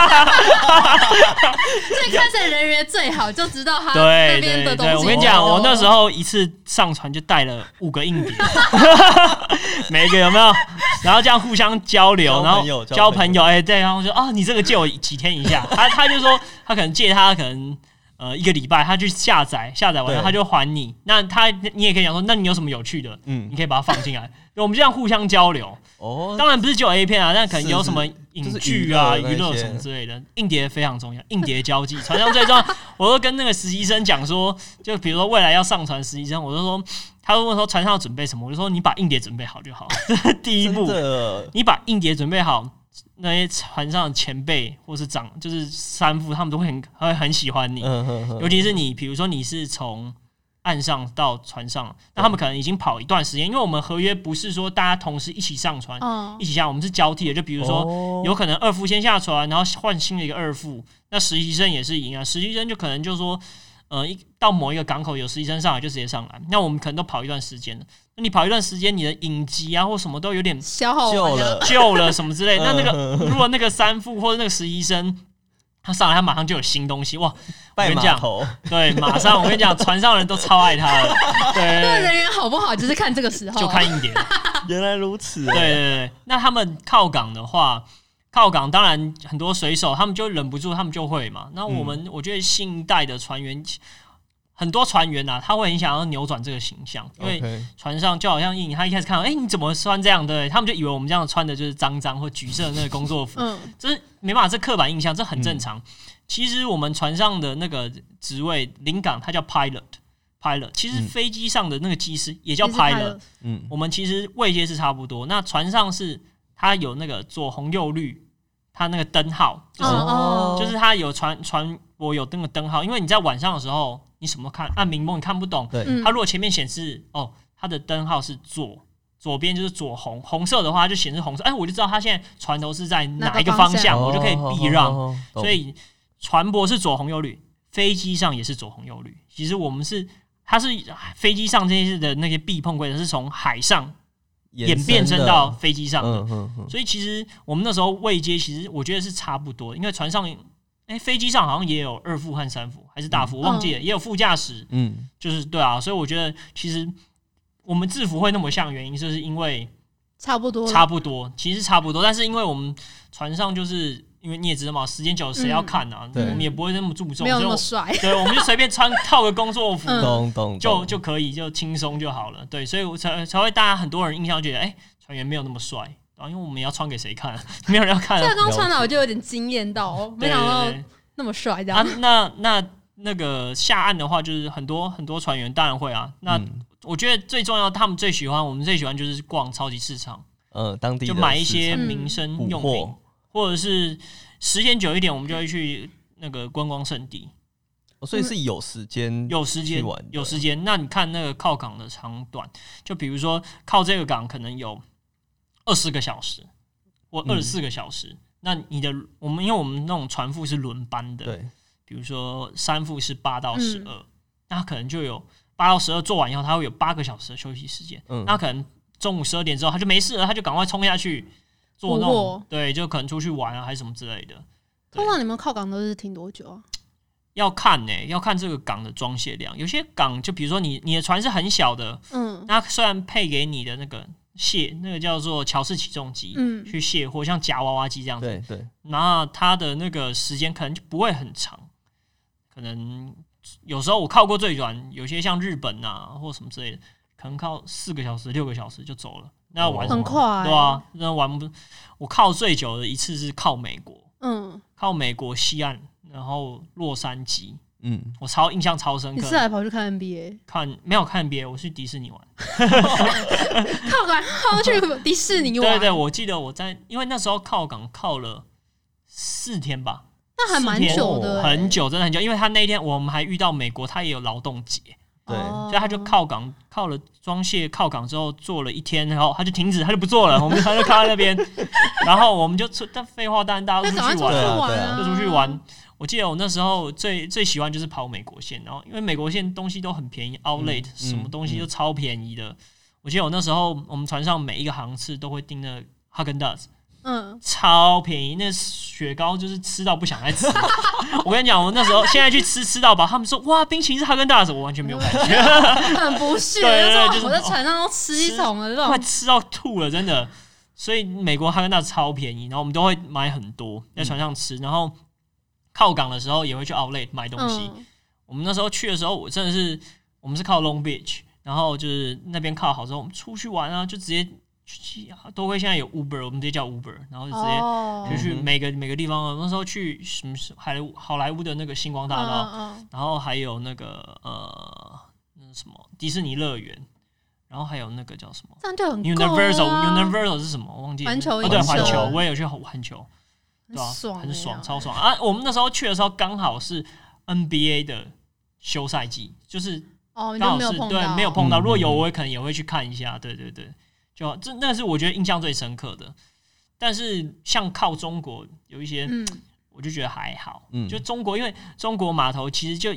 B: 谁人缘最好，就知道他啊那
C: 对
B: 边的东
C: 对
B: 西。哦
C: 对，我跟你讲，我那时候一次上船就带了五个硬碟， 每一个有没有？然后这样互相交流，
A: 交
C: 然
A: 朋友
C: 后
A: 交
C: 交
A: 朋
C: 朋友，哎，对，然后说啊，你这个借我几天一 下，他他就说他可能借他可能。呃，一个礼拜他去下载，下载完了
A: 对
C: 他就还你。那他你也可以讲说，那你有什么有趣的，
A: 嗯
C: 你可以把它放进来。我们这样互相交流，
A: 哦，
C: 当然不是只有 A 片啊，但可能有什么
A: 是
C: 影
A: 是
C: 剧啊、
A: 就是
C: 娱
A: 娱乐
C: 乐
A: 那些
C: 什么之类的。硬碟非常重要，硬碟交际，船上最 重要。我都跟那个实习生讲说，就比如说未来要上船，实习生我就说，他问我说船上要准备什么，我就说你把硬碟准备好就好， 这是第一步
A: 真。的
C: 你把硬碟准备好，那些船上的前辈或是长就是三副，他们都会很会很喜欢你。
A: 嗯哼
C: 尤
A: 哼，
C: 其是你，比如说你是从岸上到船上，那他们可能已经跑一段时间，因为我们合约不是说大家同时一起上船，
B: 嗯
C: 一起下，我们是交替的。就比
A: 比
C: 如说，
A: 哦
C: 有可能二副先下船，然后换新的一个二副。那实习生也是一样，实习生就可能就说，呃，一到某一个港口有实习生上来就直接上来。那我们可能都跑一段时间了。那你跑一段时间，你的影集啊或什么都有点
B: 消耗
A: 救
B: 完
A: 了，
C: 旧了什么之类。那那个
A: 嗯
C: 如果那个三副或者那个实习生。他上来，他马上就有新东西哇！
A: 拜
C: 我跟你
A: 码
C: 讲
A: 头，
C: 对，马上我跟你讲，船上人都超爱他的， 对
B: 那
C: 对
B: 人缘好不好，就是看这个时候。
C: 对，就看硬碟。
A: 原来如此，
C: 对对对，那他们靠港的话，靠港当然很多水手他们就忍不住，他们就会嘛。那我们、我觉得新一代的船员，很多船员啊，他会很想要扭转这个形象，因为
A: OK，
C: 船上就好像印，他一开始看到，哎、你怎么穿这样的？他们就以为我们这样穿的就是脏脏或橘色的那个工作服，
B: 嗯，
C: 这是没办法，这刻板印象，这很正常。其实我们船上的那个职位，临港它叫 pilot。pilot，其实
A: 嗯
C: 飞机上的那个机师也
B: 比
C: 叫 pilot，、
A: 嗯，
C: 我们其实位阶是差不多。那船上是它有那个左红右绿，它那个灯号，就是、
B: 嗯哦
C: 就是它有船船舶有那个灯号，因为你在晚上的时候你什么看按明梦你看不懂，
B: 嗯
A: 对，
C: 它如果前面显示哦它的灯号是左。左边就是左红，红色的话它就显示红色，哎，我就知道它现在船头是在
B: 哪
C: 哪
B: 个
C: 一个
B: 方
C: 方
B: 向
C: 向，我就可以避让。
A: 哦，哦哦哦
C: 所以船舶是左红右绿，飞机上也是左红右绿。其实我们是，它是啊飞机上这些的那些避碰规则是从海上演变成到飞机上的，
A: 嗯嗯嗯，
C: 所以其实我们那时候位阶其实我觉得是差不多，因为船上，哎、飞机上好像也有二副和三副还是
B: 嗯
C: 大副，我忘记了，也有副驾驶，
A: 嗯，
C: 就是对啊，所以我觉得其实。我们制服会那么像，原因就是因为
B: 差不多了。
C: 差不多，其实差不多，但是因为我们船上就是因为你也知道嘛，时间久了谁要看啊？
A: 对
C: 我们也不会那么注重，
B: 嗯
C: 所
B: 没
C: 以
B: 有那么
C: 我
B: 帅，
C: 对，我们就随便 穿套个工作服
B: 嗯
A: 懂懂，
C: 就
A: 懂
C: 就可以，就轻松就好了。对，所以我才才会大家很多人印象觉得，哎、船员没有那么帅啊，啊，因为我们要穿给谁看？没有人要 看
B: 这
C: 啊
B: 个。刚穿来我就有点惊艳到，哦没
C: 对
B: 想到
C: 对对
B: 那么帅这
C: 啊
B: 样。，
C: 那那那个下岸的话，就是很多很多船员当然会啊。那
A: 嗯
C: 我觉得最重要，他们最喜欢，我们最喜欢就是逛超级市场，
A: 呃，当地
C: 就
A: 的
C: 买一
A: 市
C: 些
A: 场
B: 场
C: 民生
A: 嗯
C: 用
A: 补
C: 品
A: 货，
C: 或者是时间久一点，我们就会去那个观光圣地。
A: 哦所以是有时间
C: 嗯有时间
A: 去玩的
C: 有时间，那你看那个靠港的长短，就比如说靠这个港可能有二十个小时或
A: 嗯
C: 二十四个小时，那你的我们因为我们那种船副是轮班的，
A: 对，
C: 比如说三副是八到十二、那可能就有八到十二做完以后，他会有八个小时的休息时间，
A: 嗯，
C: 那可能中午十二点之后他就没事了，他就赶快冲下去做那
B: 捕
C: 种
B: 获
C: 对，就可能出去玩啊还是什么之类的。
B: 通常你们靠港都是停多久啊？
C: 要看呢、要看这个港的装卸量。有些港就比如说你你的船是很小的，
B: 嗯
C: 那虽然配给你的那个卸那个叫做乔氏起重机、
B: 嗯
C: 去卸货，像夹娃娃机这样子，
A: 对对，
C: 那它的那个时间可能就不会很长，可能有时候我靠过最短，有些像日本啊或什么之类的，可能靠四个小时六个小时就走了，那玩、
A: 哦
B: 很快、
C: 对啊，那玩不我靠最久的一次是靠美国，
B: 嗯，
C: 靠美国西岸，然后洛杉矶。
A: 嗯，
C: 我超印象超深
B: 你
C: 刻
B: 是，来跑去看 NBA？
C: 看没有看 NBA，我去迪士尼玩。
B: 靠港，靠去迪士 尼玩，
C: 对对，我记得我在，因为那时候靠港靠了四天吧，
B: 那还蛮久的、欸
C: 很久，真的很久。因为他那一天我们还遇到美国，他也有劳动节，
A: 对
B: 哦
C: 所以他就靠港靠了装卸靠港之后做了一天，然后他就停止，他就不做了，我们他就靠在 那边，然后我们就出，但废话，当然大家
B: 那
C: 都
B: 赶
C: 出
B: 快
C: 去
A: 对啊
B: 出去
C: 玩了。
B: 玩
A: 对
B: 啊，
C: 就出去玩。我记得我那时候最最喜欢就是跑美国线，然后因为美国线东西都很便宜，Outlet、
A: 嗯
C: 什么东西
A: 嗯
C: 都超便宜的。我记得我那时候我们船上每一个航次都会订那哈根达斯，
B: 嗯，
C: 超便宜，那雪糕就是吃到不想再吃。 我跟你讲，我那时候现在去吃吃到饱，他们说哇冰淇淋是哈根达斯，我完全没有感觉，
B: 很嗯不屑，
C: 对对对
B: 就
C: 就是哦
B: 说我在船上都吃一桶了，这
C: 快
B: 种
C: 吃到吐了，真的。所以美国哈根达斯超便宜，然后我们都会买很多在船上吃，然后靠港的时候也会去 Outlet 买东西。
B: 嗯，
C: 我们那时候去的时候，我真的是我们是靠 Long Beach，然后就是那边靠好之后，我们出去玩啊，就直接去都会现在有 Uber，我们直接叫 Uber，然后就直接
B: 哦
C: 就去
A: 嗯哼
C: 每个、每个地方啊。我们那时候去什么好莱坞好莱坞的那个星光大道，
B: 嗯嗯
C: 然后还有那个呃那什么迪士尼乐园，然后还有那个叫什么
B: 嗯这样就很够了啊
C: Universal、Universal 是什么？我忘记了。
B: 环球啊
C: 哦，对，
A: 影
C: 环
A: 城
C: 球我也有去环球，对吧、
B: 很爽欸，
C: 很爽，超爽啊！我们那时候去的时候刚好是 NBA 的休赛季，就是
B: 哦，你就
C: 刚好
B: 没有
C: 是
B: 碰
C: 对
B: 到，
C: 没有碰到。
A: 嗯
C: 如果有，
A: 嗯嗯
C: 我也可能也会去看一下。对对对，就这那是我觉得印象最深刻的。但是像靠中国有一些，
B: 嗯，
C: 我就觉得还好。
A: 嗯
C: 就中国，因为中国码头其实就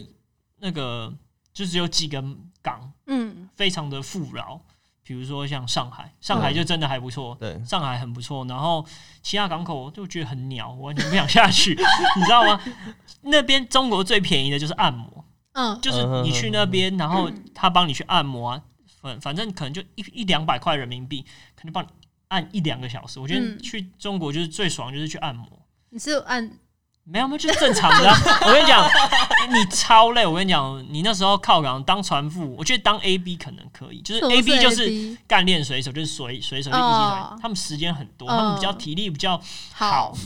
C: 那个就只有几个港，
B: 嗯
C: 非常的富饶。比如说像上海，上海
A: 嗯
C: 就真的还不错，
A: 对，
C: 上海很不错，然后其他港口就觉得很鸟，我完全不想下去， 你知道吗？那边中国最便宜的就是按摩，
B: 嗯，
C: 就是你去那边，然后他帮你去按摩啊，反反正可能就一一两百块人民币，可能帮你按一两个小时。我觉得
B: 嗯
C: 去中国就是最爽，就是去按摩。
B: 你是按
C: 没有没有，就是正常的啊、我跟你讲，你超累。我跟你讲，你那时候靠港当船副，我觉得当 A B 可能可以，就是
B: 什么
C: A B 就是
B: AB
C: 干练水手，就是水水手就一级船
B: 哦，
C: 他们时间很多，
B: 嗯
C: 他们比较体力比较好
B: 好，。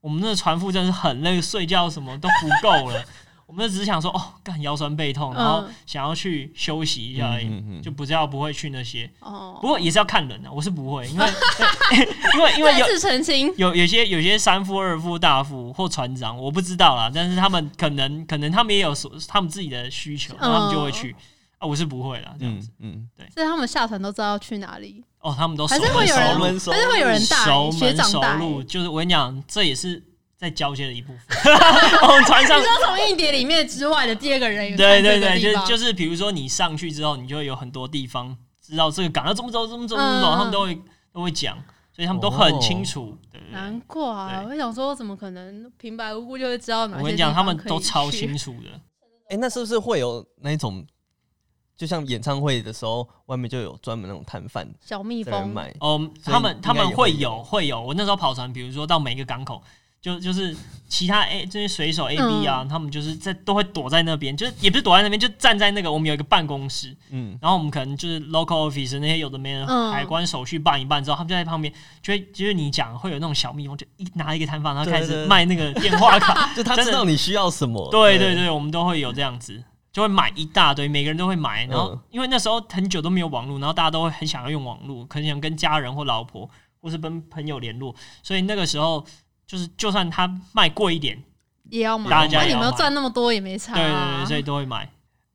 C: 我们那个船夫真的是很累，睡觉什么都不 够了。我们就只是想说，哦，干腰酸背痛，
B: 嗯
C: 然后想要去休息一下而已，
A: 嗯嗯嗯
C: 就不知道不会去那些。
B: 哦，
C: 不过也是要看人啊的、我是不会，因为因为因为有
B: 再次澄清，
C: 有有些有些三副、二副、大副或船长，我不知道啦。但是他们可能可能他们也有所他们自己的需求，
B: 嗯
C: 然后他们就会去。啊，我是不会啦，这样子。
A: 嗯嗯，
B: 所以他们下船都知道要去哪里，
C: 哦，他们都熟
B: 还是会
C: 门
B: 有
A: 熟
B: 人
C: 熟路，
A: 门熟
B: 但是会有人带
C: 熟
B: 学
C: 门
B: 长
C: 熟
B: 带。
C: 路，
B: 你
C: 就是我跟你讲，这也是在交接的 一部分。我们船上，
B: 说从硬碟里面之外的第二个人员，
C: 对对对，就是就是是比如说你上去之后，你就会有很多地方知道这个港要怎么走，怎么走，
B: 嗯
C: 怎么走，他们都会都会讲，所以他们都
A: 哦
C: 很清楚。对对对
B: 难怪啊，我想说，怎么可能平白无故就会知道哪些？
C: 我跟你讲，他们都超清。楚 的。
A: 哎，那是不是会有那一种，就像演唱会的时候，外面就有专门那种摊贩
B: 小蜜
A: 在那边
B: 蜂，
A: 卖，
C: 哦，
A: 所以
C: 他们
A: 应该
C: 他们
A: 也
C: 会
A: 会有
C: 有会有，我那时候跑船，比如说到每个港口，就就是其他 A 这些水手 A B
B: 嗯
C: 啊，他们就是在都会躲在那边，就是也不是躲在那边，就站在那个我们有一个办公室，
A: 嗯，
C: 然后我们可能就是 local office 那些有的没人
B: 嗯
C: 海关手续办一办之后，他们就在旁边，就会就是你讲会有那种小蜜蜂，就一拿一个摊贩，然后
A: 对
C: 开
A: 对
C: 始
A: 对
C: 卖那个电 话卡。
A: 就他
C: 啊真
A: 知
C: 的
A: 道你需要什么。
C: 对对对，我们都会有这样子，就会买一大堆，每个人都会买。然后
A: 嗯
C: 因为那时候很久都没有网络，然后大家都会很想要用网络，可能想跟家人或老婆或是跟朋友联络，所以那个时候就是就算他卖贵一点，
B: 也要买，
C: 大家
B: 那你
C: 也要
B: 嗯们
C: 买
B: 赚那么多也没差、啊。
C: 对对对，所以都会买。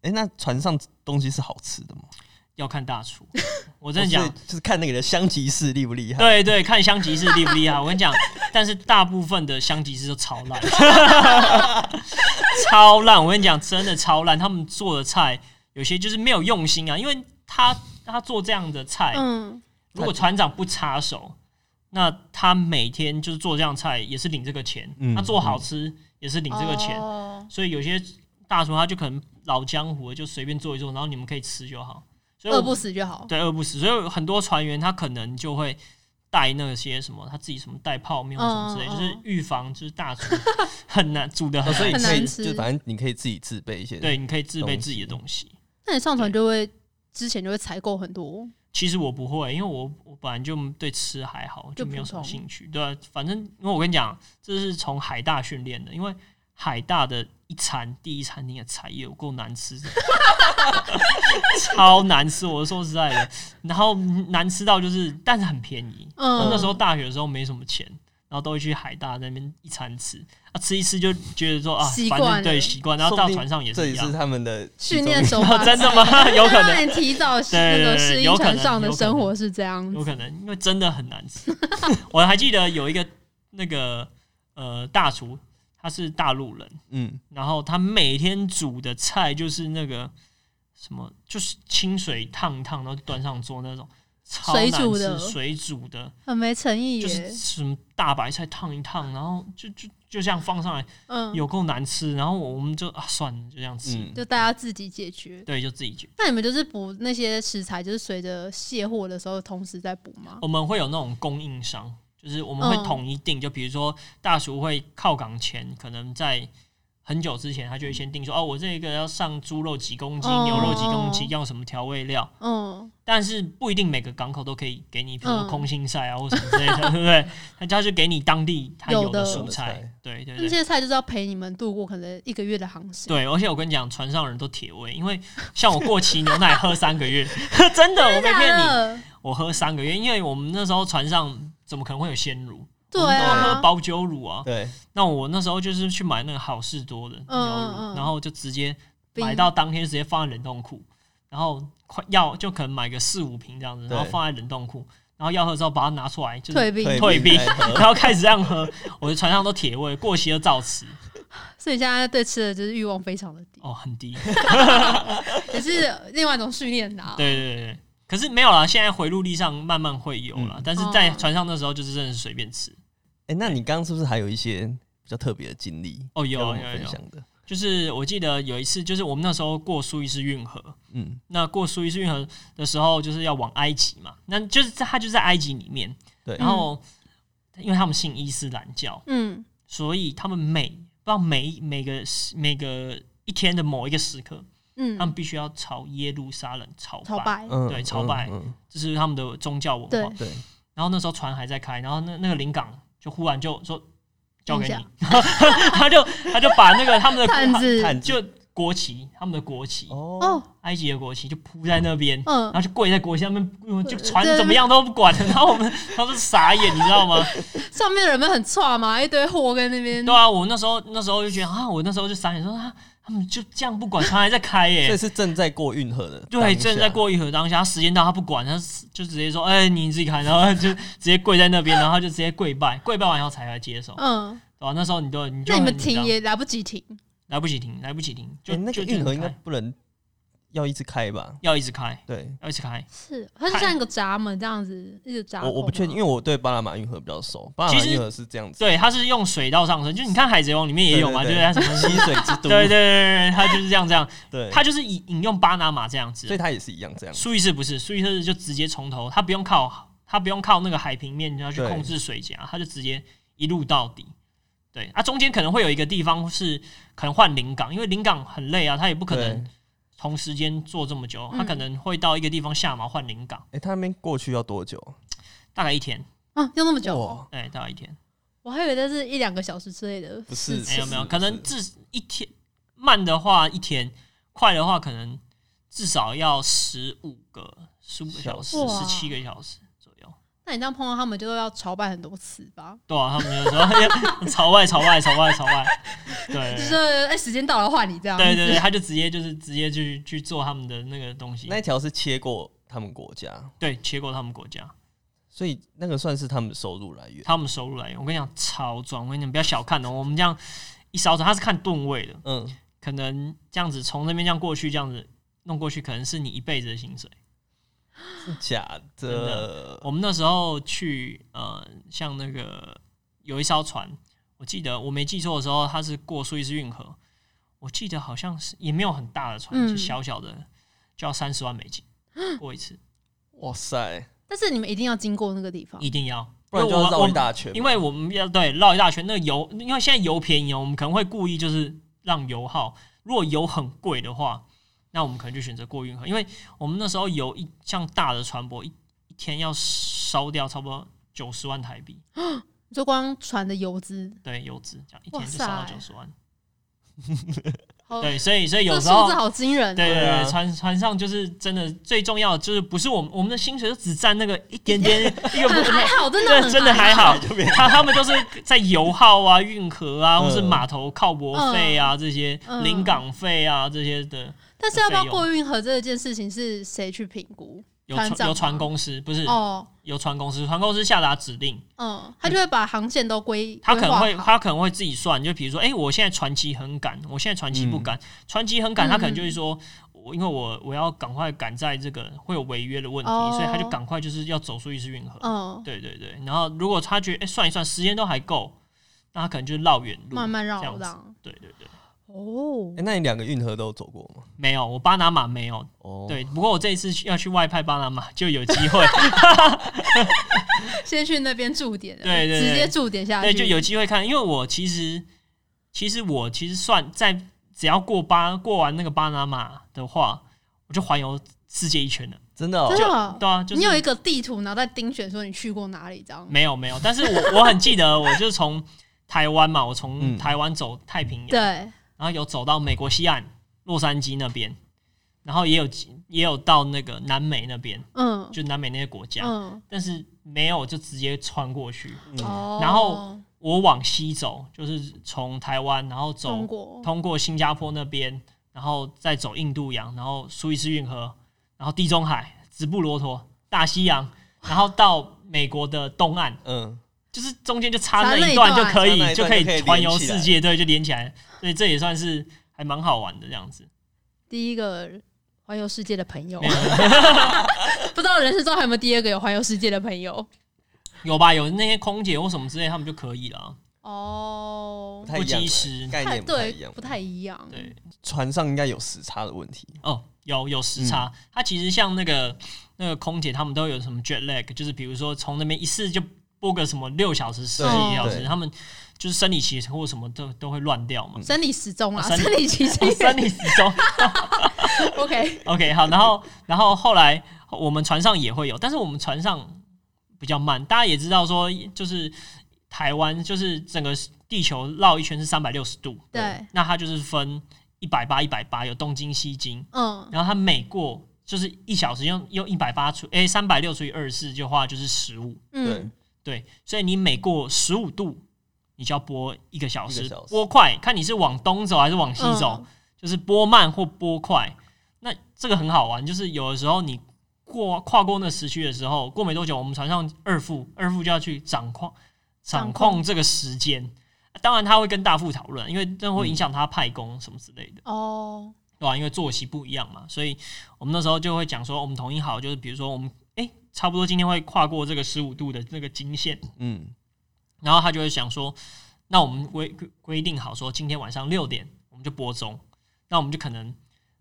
A: 哎、那船上东西是好吃的吗？
C: 要看大厨，我真的
A: 哦
C: 讲
A: 所以，就是看那个人香吉士厉不厉害。
C: 对对，看香吉士厉不厉 害。我跟你讲，但是大部分的香吉士都超烂， 超烂。我跟你讲，真的超烂。他们做的菜有些就是没有用心啊，因为他他做这样的菜，
B: 嗯，
C: 如果船长不插手，那他每天就是做这样的菜也是领这个钱，
A: 嗯
C: 他做好吃也是领这个钱。
B: 哦
C: 所以有些大厨他就可能老江湖了，就随便做一做，然后你们可以吃就好。所以
B: 饿
C: 我
B: 不死就好。
C: 对，饿不死。所以很多船员他可能就会带那些什么，他自己什么带泡面或什么之类，
B: 嗯嗯
C: 就是预防就是大厨很难煮的很
A: 哦，所以
C: 难。
A: 你
B: 很
A: 可以
B: 难吃
A: 就反正你可以自己自备一些。
C: 对，你可以自备自己的东西。
B: 那你上船就会之前就会采购很多，
C: 其实我不会，因为我我本来就对吃还好，
B: 就
C: 就没有
B: 普
C: 什么
B: 通
C: 兴趣。对、啊，反正因为我跟你讲，这是从海大训练的，因为海大的一餐第一餐你的菜也有够难吃的 超难吃。我说实在的，然后难吃到就是，但是很便宜，
B: 嗯，
C: 那时候大学的时候没什么钱，然后都会去海大那边一餐吃啊，吃一吃就觉得说啊，
B: 习
C: 反
B: 惯
C: 正
B: 了
C: 对习惯，然后
A: 说不
C: 到
A: 定
C: 船上也
A: 这
C: 是一
A: 也是
C: 样。
A: 他们的其中
B: 训练手法
C: 真的吗？有可能，
B: 让你提早
C: 对
B: 那
C: 对对
B: 个
C: 对
B: 适
C: 有
B: 应
C: 可能
B: 船上的
C: 有可能
B: 生活是这样
C: 有
B: 子。
C: 可能，因为真的很难吃。 我还记得有一个那个呃大厨，他是大陆人，
A: 嗯，
C: 然后他每天煮的菜就是那个什么，就是清水烫一烫，然后端上桌那种，超难
B: 水
C: 吃，
B: 煮的
C: 水煮的，
B: 很没诚意
C: 就是
B: 耶，
C: 什么大白菜烫一烫，然后就就就这样放上来。
B: 嗯，
C: 有够难吃，然后我们就啊算了，就这样吃。
A: 嗯
B: 就大家自己解决。
C: 对，就自己去。
B: 那你们就是补那些食材，就是随着卸货的时候同时在补吗？
C: 我们会有那种供应商，就是我们会
B: 嗯
C: 统一定，就比如说大厨会靠港前，可能在很久之前，他就会先定说，哦，我这个要上猪肉几公斤，
B: 嗯哦
C: 牛肉几公斤，要什么调味料。
B: 嗯，
C: 但是不一定每个港口都可以给你，比如说
B: 嗯
C: 空心菜啊或什么之类 的，对不对？他他就给你当地他
B: 有
C: 有的
B: 的
C: 蔬
A: 有的
C: 菜
A: 菜，
C: 对对
B: 嗯那
C: 对。
B: 些菜就是要陪你们度过可能一个月的航行。
C: 对，而且我跟你讲，船上人都铁胃，因为像我过期牛奶喝三个月， 真的，我没骗你，
B: 你，
C: 我喝三个月，因为我们那时候船上怎么可能会有鲜乳？
B: 对
C: 我们都
B: 啊
C: 喝，保酒乳啊。
A: 对，
C: 那我那时候就是去买那个好事多的牛乳，
B: 嗯嗯
C: 然后就直接
B: 冰
C: 买到当天直接放在冷冻库，然后快要就可能买个四五瓶这样子，
A: 对
C: 然后放在冷冻库，然后要喝之后把它拿出来，就是
B: 退兵。
C: 退兵
A: 来喝
C: 然后开始这样喝。我的船上都铁胃，过期就照吃，
B: 所以现在对吃的就是欲望非常的低，
C: 哦，很低。
B: 也是另外一种训练的啊。
C: 对对对对。可是没有啦，现在回陆地上慢慢会有啦，但是
B: 哦
C: 在船上那时候就是真的是随便吃。
A: 哎、那你刚刚是不是还有一些比较特别的经历？
C: 哦有
A: 要跟我
C: 有
A: 们分
C: 有
A: 享的。
C: 就是我记得有一次，就是我们那时候过苏伊士运河，
A: 嗯，
C: 那过苏伊士运河的时候，就是要往埃及嘛，那就是在它就在埃及里面，
A: 对
C: 然后，因为他们信伊斯兰教，
B: 嗯，
C: 所以他们每不知道每每个时每个一天的某一个时刻，
B: 嗯
C: 他们必须要朝耶路撒冷朝
B: 朝
C: 拜，
B: 拜，
A: 嗯，
C: 对
A: 嗯
C: 朝拜
A: 嗯，
C: 这是他们的宗教文
B: 对
C: 化。
A: 对，
C: 然后那时候船还在开，然后那那个领港就忽然就说交给
B: 等一
C: 你
B: 下，
C: 他就他就把那个他们的
B: 探子
A: 探
C: 就国旗，他们的国旗，
A: 哦，
B: 哦，
C: 埃及的国旗就铺在那边，
B: 嗯
C: 然，后就跪在国旗上面，嗯就
B: 对
C: 船怎么样都 不管，然后我们他是傻眼，你知道吗？
A: 嗯
B: 上面的人们很差嘛，一堆货跟那边
C: 对啊，我那时候那时候就觉得啊，我那时候就傻眼，说啊，他们就这样不管，船还在开耶、
A: 这是啊正在过运河的当下，
C: 对，正在过一河当下，他时间到他不管，他就直接说，哎、你自己开，然后就直接跪在那边，然后他就直接跪拜，跪拜完以后才来接手，
B: 嗯，
C: 对啊吧、那时候你都你就
B: 那你
C: 很
B: 们
C: 紧
B: 停
C: 张
B: 也来不及停，
C: 来不及停，来不及停，就、
A: 诶。哎那
C: 就
A: 个
C: 就
A: 运河应该
C: 开
A: 不能要一直开吧？
C: 要一直开，
A: 对，
C: 要一直开。
B: 是，它是像一个闸门这样子，一直闸
A: 我
B: 口吗。
A: 我不确定，因为我对巴拿马运河比较熟。巴拿马
C: 其实
A: 运河是这样子，
C: 对，它是用水道上升，就是你看《海贼王》里面也有嘛，
A: 对
C: 就是它什么
A: 溪水之都，
C: 对对对对，对他就是这样这样，
A: 对，
C: 他就是引引用巴拿马这样
A: 所以
C: 子。
A: 它也是一样这样。
C: 苏伊士不是，苏伊士就直接从头，他不用靠他不用靠那个海平面，然后去
A: 对
C: 控制水闸，他就直接一路到底。对，啊，中间可能会有一个地方是可能换临港，因为临港很累啊，他也不可能
A: 对
C: 同时间做这么久，他
B: 嗯
C: 可能会到一个地方下马换临港，
A: 哎，他那边过去要多久？啊
C: 大概一天，
B: 啊，要那么久
A: 哇，
B: 哦？
C: 对，大概一天，
B: 我还以为这是一两个小时之类的
A: 不
B: 事
A: 是
B: 情，
C: 没有没有，
A: 是
C: 可能至一天慢的话一天，快的话可能至少要十五个十五个小时，
B: 哇
C: 十七个小时左右。
B: 那你这样碰到他们，就要朝拜很多次吧？
C: 对啊，他们就说朝外朝外朝外朝外，对
B: 就是哎、时间到了换你这样子。
C: 嗯对对对，他 就直接就是直接去去做他们的那个东西，
A: 那一条是切过他们国家，
C: 对，切过他们国家。
A: 所以那个算是他们的收入来源。
C: 他们收入来源，我跟你讲超赚。我跟你讲，不要小看哦，我们这样一烧转，它是看吨位的，
A: 嗯，
C: 可能这样子从那边这样过去，这样子弄过去，可能是你一辈子的薪水。
A: 是假的。
C: 我们那时候去，呃，像那个有一艘船，我记得我没记错的时候，它是过苏伊士运河，我记得好像是也没有很大的船，
B: 嗯
C: 就小小的，就要三十万美金过一次，
A: 哇塞，
B: 但是你们一定要经过那个地方
C: 一定要，
A: 不然就
C: 因为我
A: 要
C: 们
A: 绕
C: 我
A: 一
C: 们
A: 大圈嘛。
C: 因为我们要对绕一大圈，那个油，因为现在油便宜哦，我们可能会故意就是让油耗。如果油很贵的话，那我们可能就选择过运河，因为我们那时候油一像大的船舶一一天要烧掉差不多九十万台币，
B: 就光船的油资，
C: 对油脂，这样一天
B: 哇
C: 就
B: 塞
C: 烧到九 十万。
B: 好，
C: 对，所以所
B: 这
C: 以有
B: 个
C: 时
B: 数
C: 候
B: 字好惊人、
C: 对对
A: 对啊
C: 对，船船上就是真的最重要的就是不是我们我们的薪水就只占那个一点点 一个
B: 很 还好，真的啊很
C: 对，真的还好
A: 就没，
C: 他他们都是在油耗啊、运河啊，
A: 嗯
C: 或是码头靠泊费啊、这些
B: 嗯
C: 临港费啊这些的，
B: 但是要不要过运河这件事情是谁去评估？
C: 有
B: 船长
C: 船有船公司不是
B: 哦，
C: 有船公司，船公司下达指令，
B: 嗯，他就会把航线都归，
C: 他可能会
B: 规划好
C: 他可能会自己算，就比如说，哎、我现在船期很赶，我现在船期不赶，船期很赶，他
B: 嗯
C: 可能就是说。我因为我我要赶快赶在这个会有违约的问题，
B: 哦
C: 所以他就赶快就是要走出意识运河。
B: 嗯，
C: 对对对，然后如果他觉得哎、算一算时间都还够，那他可能就绕远路。
B: 慢慢绕
C: 这样子
B: 浪
C: 对对对，
B: 哦
A: 诶，那你两个运河都有走过吗？
C: 没有，我巴拿马没有。
A: 哦，，
C: 对，不过我这一次去要去外派巴拿马就有机 会，
B: 先去那边驻点了，
C: 对对对
B: 直接驻点下去，
C: 对，就有机会看。因为我其实，其实我其实算在只要过巴过完那个巴拿马的话，我就环游世界一圈了。
A: 真的哦
B: 真，的哦、
C: 对啊，就是
B: 你有一个地图，然后再精选说你去过哪里，这样
C: 没有没有，但是我我很记得，我就是从台湾嘛，我从
A: 嗯
C: 台湾走太平洋，
B: 对，
C: 然后有走到美国西岸洛杉矶那边，然后也有也有到那个南美那边，
B: 嗯
C: 就南美那些国家，
B: 嗯，
C: 但是没有就直接穿过去。
A: 嗯
B: 哦，
C: 然后我往西走，就是从台湾，然后
B: 中
C: 走
B: 国，
C: 通过新加坡那边，然后再走印度洋，然后苏伊士运河，然后地中海、直布罗陀、大西洋，然后到美国的东岸，
A: 嗯，
C: 就是中间就插
B: 插
C: 那
B: 那一
C: 一段就
B: 段
C: 可
A: 插那
C: 以
A: 一段
C: 就可
A: 就可以
C: 以环游
A: 连起来
C: 世界，对，就连起来，所以这也算是还蛮好玩的这样子。
B: 第一个环游世界的朋友
C: 没，有
B: 不知道人生中还有没有第二个有环游世界的朋友
C: 有吧？有那些空姐或什么之类，他们就可以了。啊
B: 哦
A: 不。太一
C: 不
A: 样
C: 及
A: 啊
C: 时
A: 概
B: 太
A: 念不太一
B: 对
A: 样，，
B: 不太一样。
C: 对，
A: 船上应该有时差的问题。
C: 哦，有有时
A: 嗯
C: 差，它其实像那个那个空姐，他们都有什么 jet lag，就是比如说从那边一次就播个什么六小时、十
A: 对
C: 几个小时，
A: 对
C: 他们就是生理期或什么都都会乱掉嘛。
B: 生理时钟啊，
C: 生理
B: 生理期
A: 嗯
C: 哦 生理时钟
B: OK，
C: ，OK，好，然后然后后来我们船上也会有，但是我们船上比较慢，大家也知道说，就是台湾就是整个地球绕一圈是三百六十度，
B: 对，
C: 那它就是分一百八、一百八，有东经、西经，
B: 嗯，
C: 然后它每过就是一小时用用一百八除，哎，三百六除以二十四的话就是十五，
A: 对
B: 嗯，，
C: 对，所以你每过十五度，你就要播一个小
A: 一
C: 时
A: 个小，时
C: 播快，看你是往东走还是往西
B: 嗯
C: 走，就是播慢或播快。那这个很好玩，就是有的时候你过跨过那时区的时候，过没多久，我们船上二副二副就要去掌控掌
B: 掌控
C: 控这个时间。当然他会跟大副讨论，因为这会影响他派工什么之类的。
B: 哦，
C: 对啊吧、因为作息不一样嘛，所以我们那时候就会讲说，我们统一好，就是比如说我们哎、诶差不多今天会跨过这个十五度的这个经线，
A: 嗯，
C: 然后他就会想说，那我们规规定好说，今天晚上六点我们就播钟，那我们就可能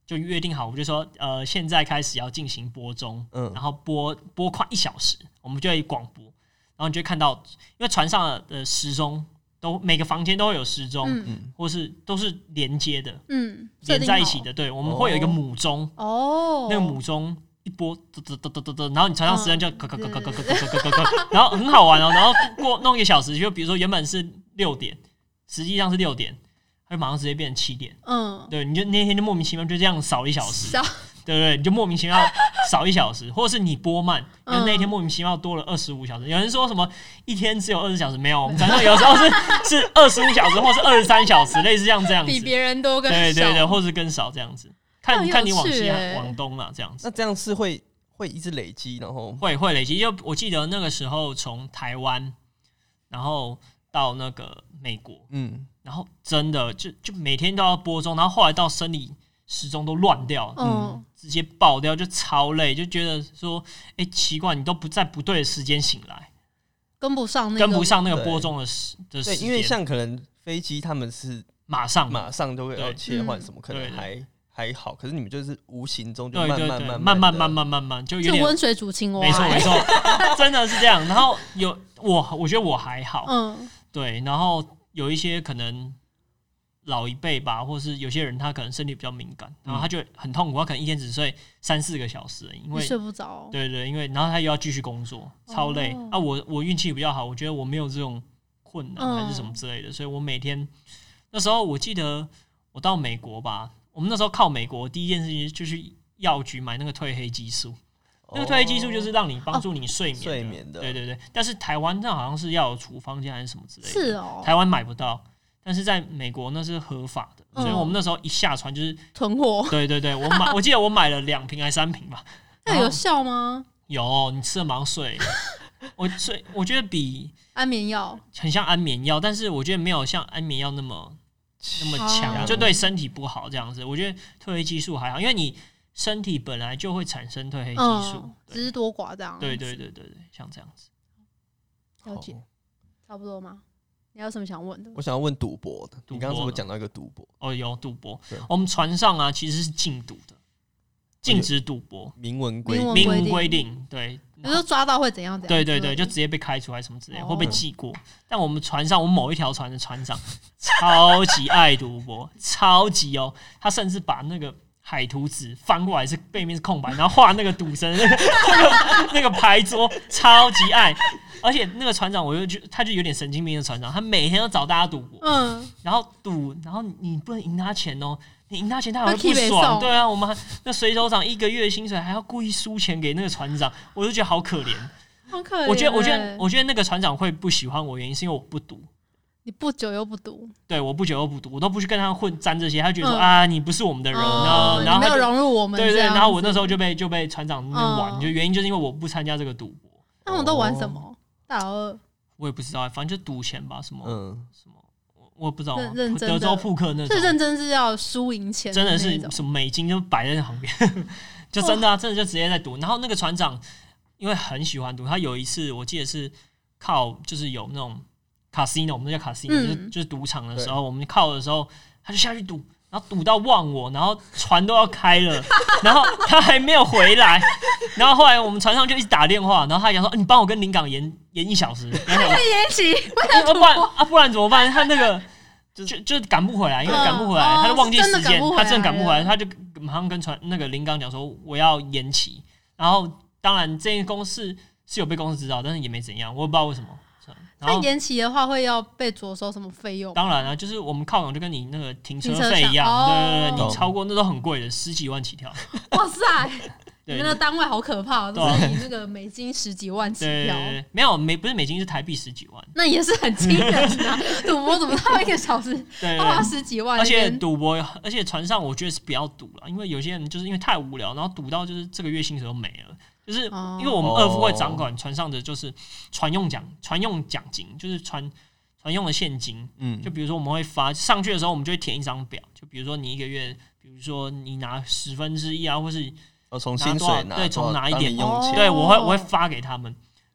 C: 就约定好，我们就说，呃，现在开始要进行播钟，
A: 嗯
C: 然后播播快一小时，我们就会广播，然后你就会看到，因为船上的时钟都每个房间都会有时钟，
B: 嗯
A: 嗯，
C: 或是都是连接的，
B: 嗯，设
C: 连
B: 定
C: 在一
B: 好
C: 起的。对，我们会有一个
A: 哦
C: 母钟，
B: 哦，
C: 那个母钟一拨，嘟嘟嘟嘟嘟嘟，然后你传上时间就
B: 嗯
C: 咯咯咯咯咯咯咯咯咯咯，然后很好玩哦。然后过弄一个小时，就比如说原本是六点，实际上是六点，它就马上直接变成七点。
B: 嗯，
C: 对，你就那天就莫名其妙就这样少一小时，
B: 小
C: 对不对？你就莫名其妙少一小时，或者是你播慢，因为那一天莫名其妙多了二十五小时。有人说什么一天只有二十小时，没有，我们常常有时候是是二十五小时，或是二十三小时，类似像这样子
B: 比，别人多跟
C: 对对
B: 少
C: 对，或是更少这样子。
B: 很
C: 看
B: 有
C: 看你往
B: 趣
C: 西
B: 欸
C: 还往东啦，这样子
A: 那这样是会会一直累积，然后
C: 会会累积。因为我记得那个时候从台湾，然后到那个美国，
A: 嗯，
C: 然后真的就就每天都要播钟，然后后来到生理时钟都乱掉，
B: 嗯
C: 直接爆掉，就超累，就觉得说，哎、奇怪，你都不在不对的时间醒来，
B: 跟不上那个
C: 跟不上那个播钟的时的时
A: 对，
C: 间，
A: 因为像可能飞机他们是
C: 马上
A: 马上就会要
C: 对
A: 切换
B: 嗯
A: 什么，可能
C: 对对
A: 还还好，可是你们就是无形中就
C: 对
A: 慢
C: 对对，
A: 慢慢
C: 慢慢
A: 地
C: 慢慢慢慢就有
B: 就
C: 点
B: 温水煮青蛙，哎
C: 没错没错，真的是这样。然后有我，我觉得我还好，
B: 嗯
C: 对，然后有一些可能老一辈吧，或是有些人他可能身体比较敏感，然后他
A: 嗯
C: 就很痛苦，他可能一天只睡三四个小时，因
B: 你
C: 为
B: 睡不着，
C: 对对，因为然后他又要继续工作，超累、
B: 哦
C: 啊。我我运气比较好，我觉得我没有这种困难
B: 嗯
C: 还是什么之类的，所以我每天那时候我记得我到美国吧，我们那时候靠美国第一件事情就去药局买那个褪黑激素，那个褪黑激素就是让你
B: 哦
C: 帮助你睡眠的、
A: 哦睡眠的
C: 对对对，但是台湾那好像是要有处方间还是什么之类的，
B: 是哦，
C: 台湾买不到，但是在美国那是合法的，
B: 嗯
C: 所以我们那时候一下船就是，
B: 囤货，
C: 对对对，我 买，我记得我买了两瓶还三瓶吧，
B: 那有效吗？
C: 有你吃了马上睡，我睡，我觉得比
B: 安眠药
C: 很像安眠药，但是我觉得没有像安眠药那么那么
B: 哦
C: 强，就对身体不好这样子。我觉得褪黑激素还好，因为你身体本来就会产生褪黑激素
B: 嗯，，只
C: 对
B: 是多寡这样，
C: 对对对对对，像这样子。
B: 了解
A: 好
B: 差不多吗？你还有什么想问的？
A: 我想要问赌博的，
C: 赌
A: 你刚刚是不
C: 博
A: 是
C: 呢
A: 讲到一个赌博
C: 哦，有赌博
A: 对，
C: 我们船上啊其实是禁赌的，禁止赌博，
A: 明文规
B: 明文
A: 定？
C: 明
B: 规
C: 文
B: 定
C: 规定，对。
B: 有时候抓到会怎样？怎样？
C: 对对对，
B: 之
C: 就
B: 类
C: 直接被开除还是什么之类，
B: 哦
C: 会被记过。但我们船上，我们某一条船的船长超级爱赌博，超级哦，他甚至把那个。海图纸翻过来是背面是空白，然后画那个赌神那个那个牌桌，超级爱。而且那个船长，我就觉他就有点神经病的船长，他每天都找大家赌博
B: 的，嗯，
C: 然后赌，然后你不能赢他钱哦，你赢他钱他还
B: 他
C: 会
B: 气
C: 不
B: 北
C: 爽。
B: 送
C: 对啊，我们还那水手长一个月的薪水还要故意输钱给那个船长，我就觉得好可怜。
B: 好可怜欸。
C: 我觉得，我觉得，我觉得那个船长会不喜欢我，原因是因为我不赌。
B: 你不久又不读，
C: 对，我不久又不赌，我都不去跟他混沾这些。他觉得说、
B: 嗯
C: 啊，你不是我们的人啊，
B: 哦
C: 然后
B: 你没有
C: 他就
B: 融入我们这
C: 对
B: 样子，
C: 对，然后我那时候就被就被船长那边玩，
B: 嗯
C: 就原因就是因为我不参加这个赌博，
B: 他们都玩什
C: 哦
B: 么？大老二
C: 我也不知道，反正就赌钱吧，什么、
A: 嗯，
C: 什么，我我也不知道啊，
B: 认认真
C: 德
B: 的
C: 州扑克那种
B: 是，认真是要输赢钱
C: 真
B: 的
C: 的
B: 那
C: 是
B: 种
C: 什么美金就摆在那旁边，就真的啊，真的就直接在赌。然后那个船长因为很喜欢赌，他有一次我记得是靠就是有那种 casino，我们那叫 casino，、
B: 嗯
C: 就是就是赌场的时候，我们靠的时候，他就下去赌。然后赌到忘我，然后船都要开了，然后他还没有回来，然后后来我们船上就一直打电话，然后他还讲说：“你帮我跟林港延延一小时，然后
B: 被延期，
C: 要不然啊，不然怎么办？他那个就就赶不回来，因为
B: 嗯
C: 赶不回来，
B: 哦
C: 他就忘记时
B: 真的赶
C: 间
B: 不回，来
C: 他真的赶不回来，他就马上跟船那个林刚讲说我要延期。然后当然这件公事是有被公司知道，但是也没怎样，我也不知道为什么。然
B: 那
C: 后
B: 延期的话会要被着收什么费 用？
C: 当然啊，就是我们靠港就跟你那个停车
B: 停车
C: 费
B: 场
C: 一样，对对对，
A: 哦
C: 你超过那都很贵的，十几万起跳。
B: 哇塞，你
C: 对
B: 们
C: 对
B: 的单位好可怕哦，
C: 对
B: 都
C: 啊
B: 是以那个美金十几万起
C: 对
B: 跳，
C: 对，没有美不是美金是台币十几万，
B: 那也是很惊人 啊！赌博怎么到一个小时
C: 对对
B: 要花
C: 对。
B: 十几万？
C: 而且赌博，而且船上我觉得是不要赌了，因为有些人就是因为太无聊，然后赌到就是这个月薪水都没了，就是
B: 哦
C: 因为我们二副会掌管船上的就是船用奖、船用奖金，就是船船用的现金。
A: 嗯，
C: 就比如说我们会发上去的时候，我们就会填一张表，就比如说你一个月，比如说你拿十分之一啊，或是
A: 哦，从
C: 拿
A: 薪
C: 多少
A: 水拿，
C: 对从
A: 多少
C: 哪一
A: 当
C: 点
A: 零用
B: 哦
A: 钱，
C: 对我会我会发给他们。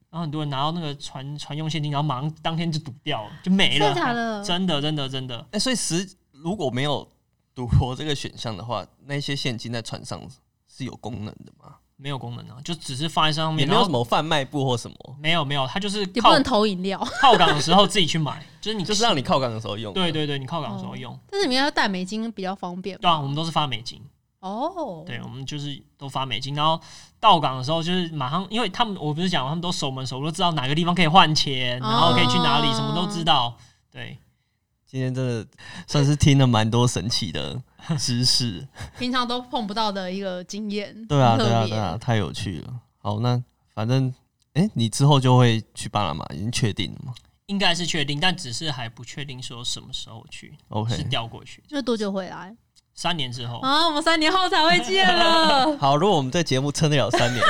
C: 然后很多人拿到那个船船用现金，然后马上当天就赌掉了，就没
B: 真
C: 了
B: 的。假的？
C: 真的真的真的，
A: 哎，所以实如果没有赌博这个选项的话，那些现金在船上是有功能的吗？
C: 没有功能啊，就只是放在上
A: 也
C: 面，
A: 没
C: 然
A: 有
C: 后
A: 什么贩卖部或什么，
C: 没有没有，它就是
B: 也不
C: 靠
B: 能投饮料，
C: 靠港的时候自己去买，就是你
A: 就是让你靠港的时候用。
C: 对，对对，你靠港的时候用。
B: 但是你们要带美金比较方便
C: 对啊，我们都是发美金，
B: 哦。
C: 对，我们就是都发美金，然后到港的时候就是马上，因为他们我不是讲他们都熟门熟路，知道哪个地方可以换钱，然后可以去哪里，
B: 哦
C: 什么都知道。对，
A: 今天真的算是听了蛮多神奇的知 识。
B: 平常都碰不到的一个经验，
A: 对啊，
B: 很特
A: 对啊，
B: 别
A: 对啊，太有趣了。好，那反正哎、诶你之后就会去巴拿马，已经确定了吗
C: 应该是确定，但只是还不确定说什么时候去，是
A: ？OK，，
C: 调过去
B: 就是多久回来
C: 三年之后。
B: 啊？我们三年后才会见了
C: 哎
A: 好，如果我们这节目撑得了三 年，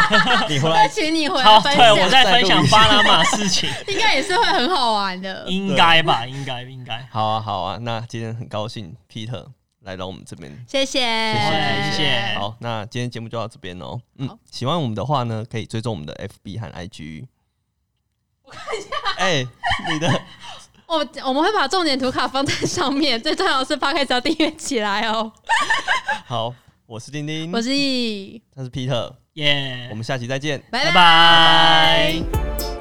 A: 你回来
B: 再请你回来
C: 好，
B: 分
C: 对，我
B: 享，
C: 在分享巴拿马事情，
B: 应该也是会很好玩的。
C: 应该吧，应该应该。
A: 好啊，好啊，那今天很高兴 Peter 来到我们这边，
B: 谢谢，
A: 谢谢，
C: 谢谢
A: 好，那今天节目就到这边哦。嗯
B: 好，
A: 喜欢我们的话呢，可以追踪我们的 FB 和 IG。我看一下，哎、你的
B: 我哦我们会把重点图卡放在上面，最重要的是 p 开始要订阅起来哦。
A: 好，我是哎丁丁，
B: 我是 E，
A: 他是 Peter，
C: 耶
A: 我，们下期再见。
B: 拜
C: 拜
B: 拜
C: 拜。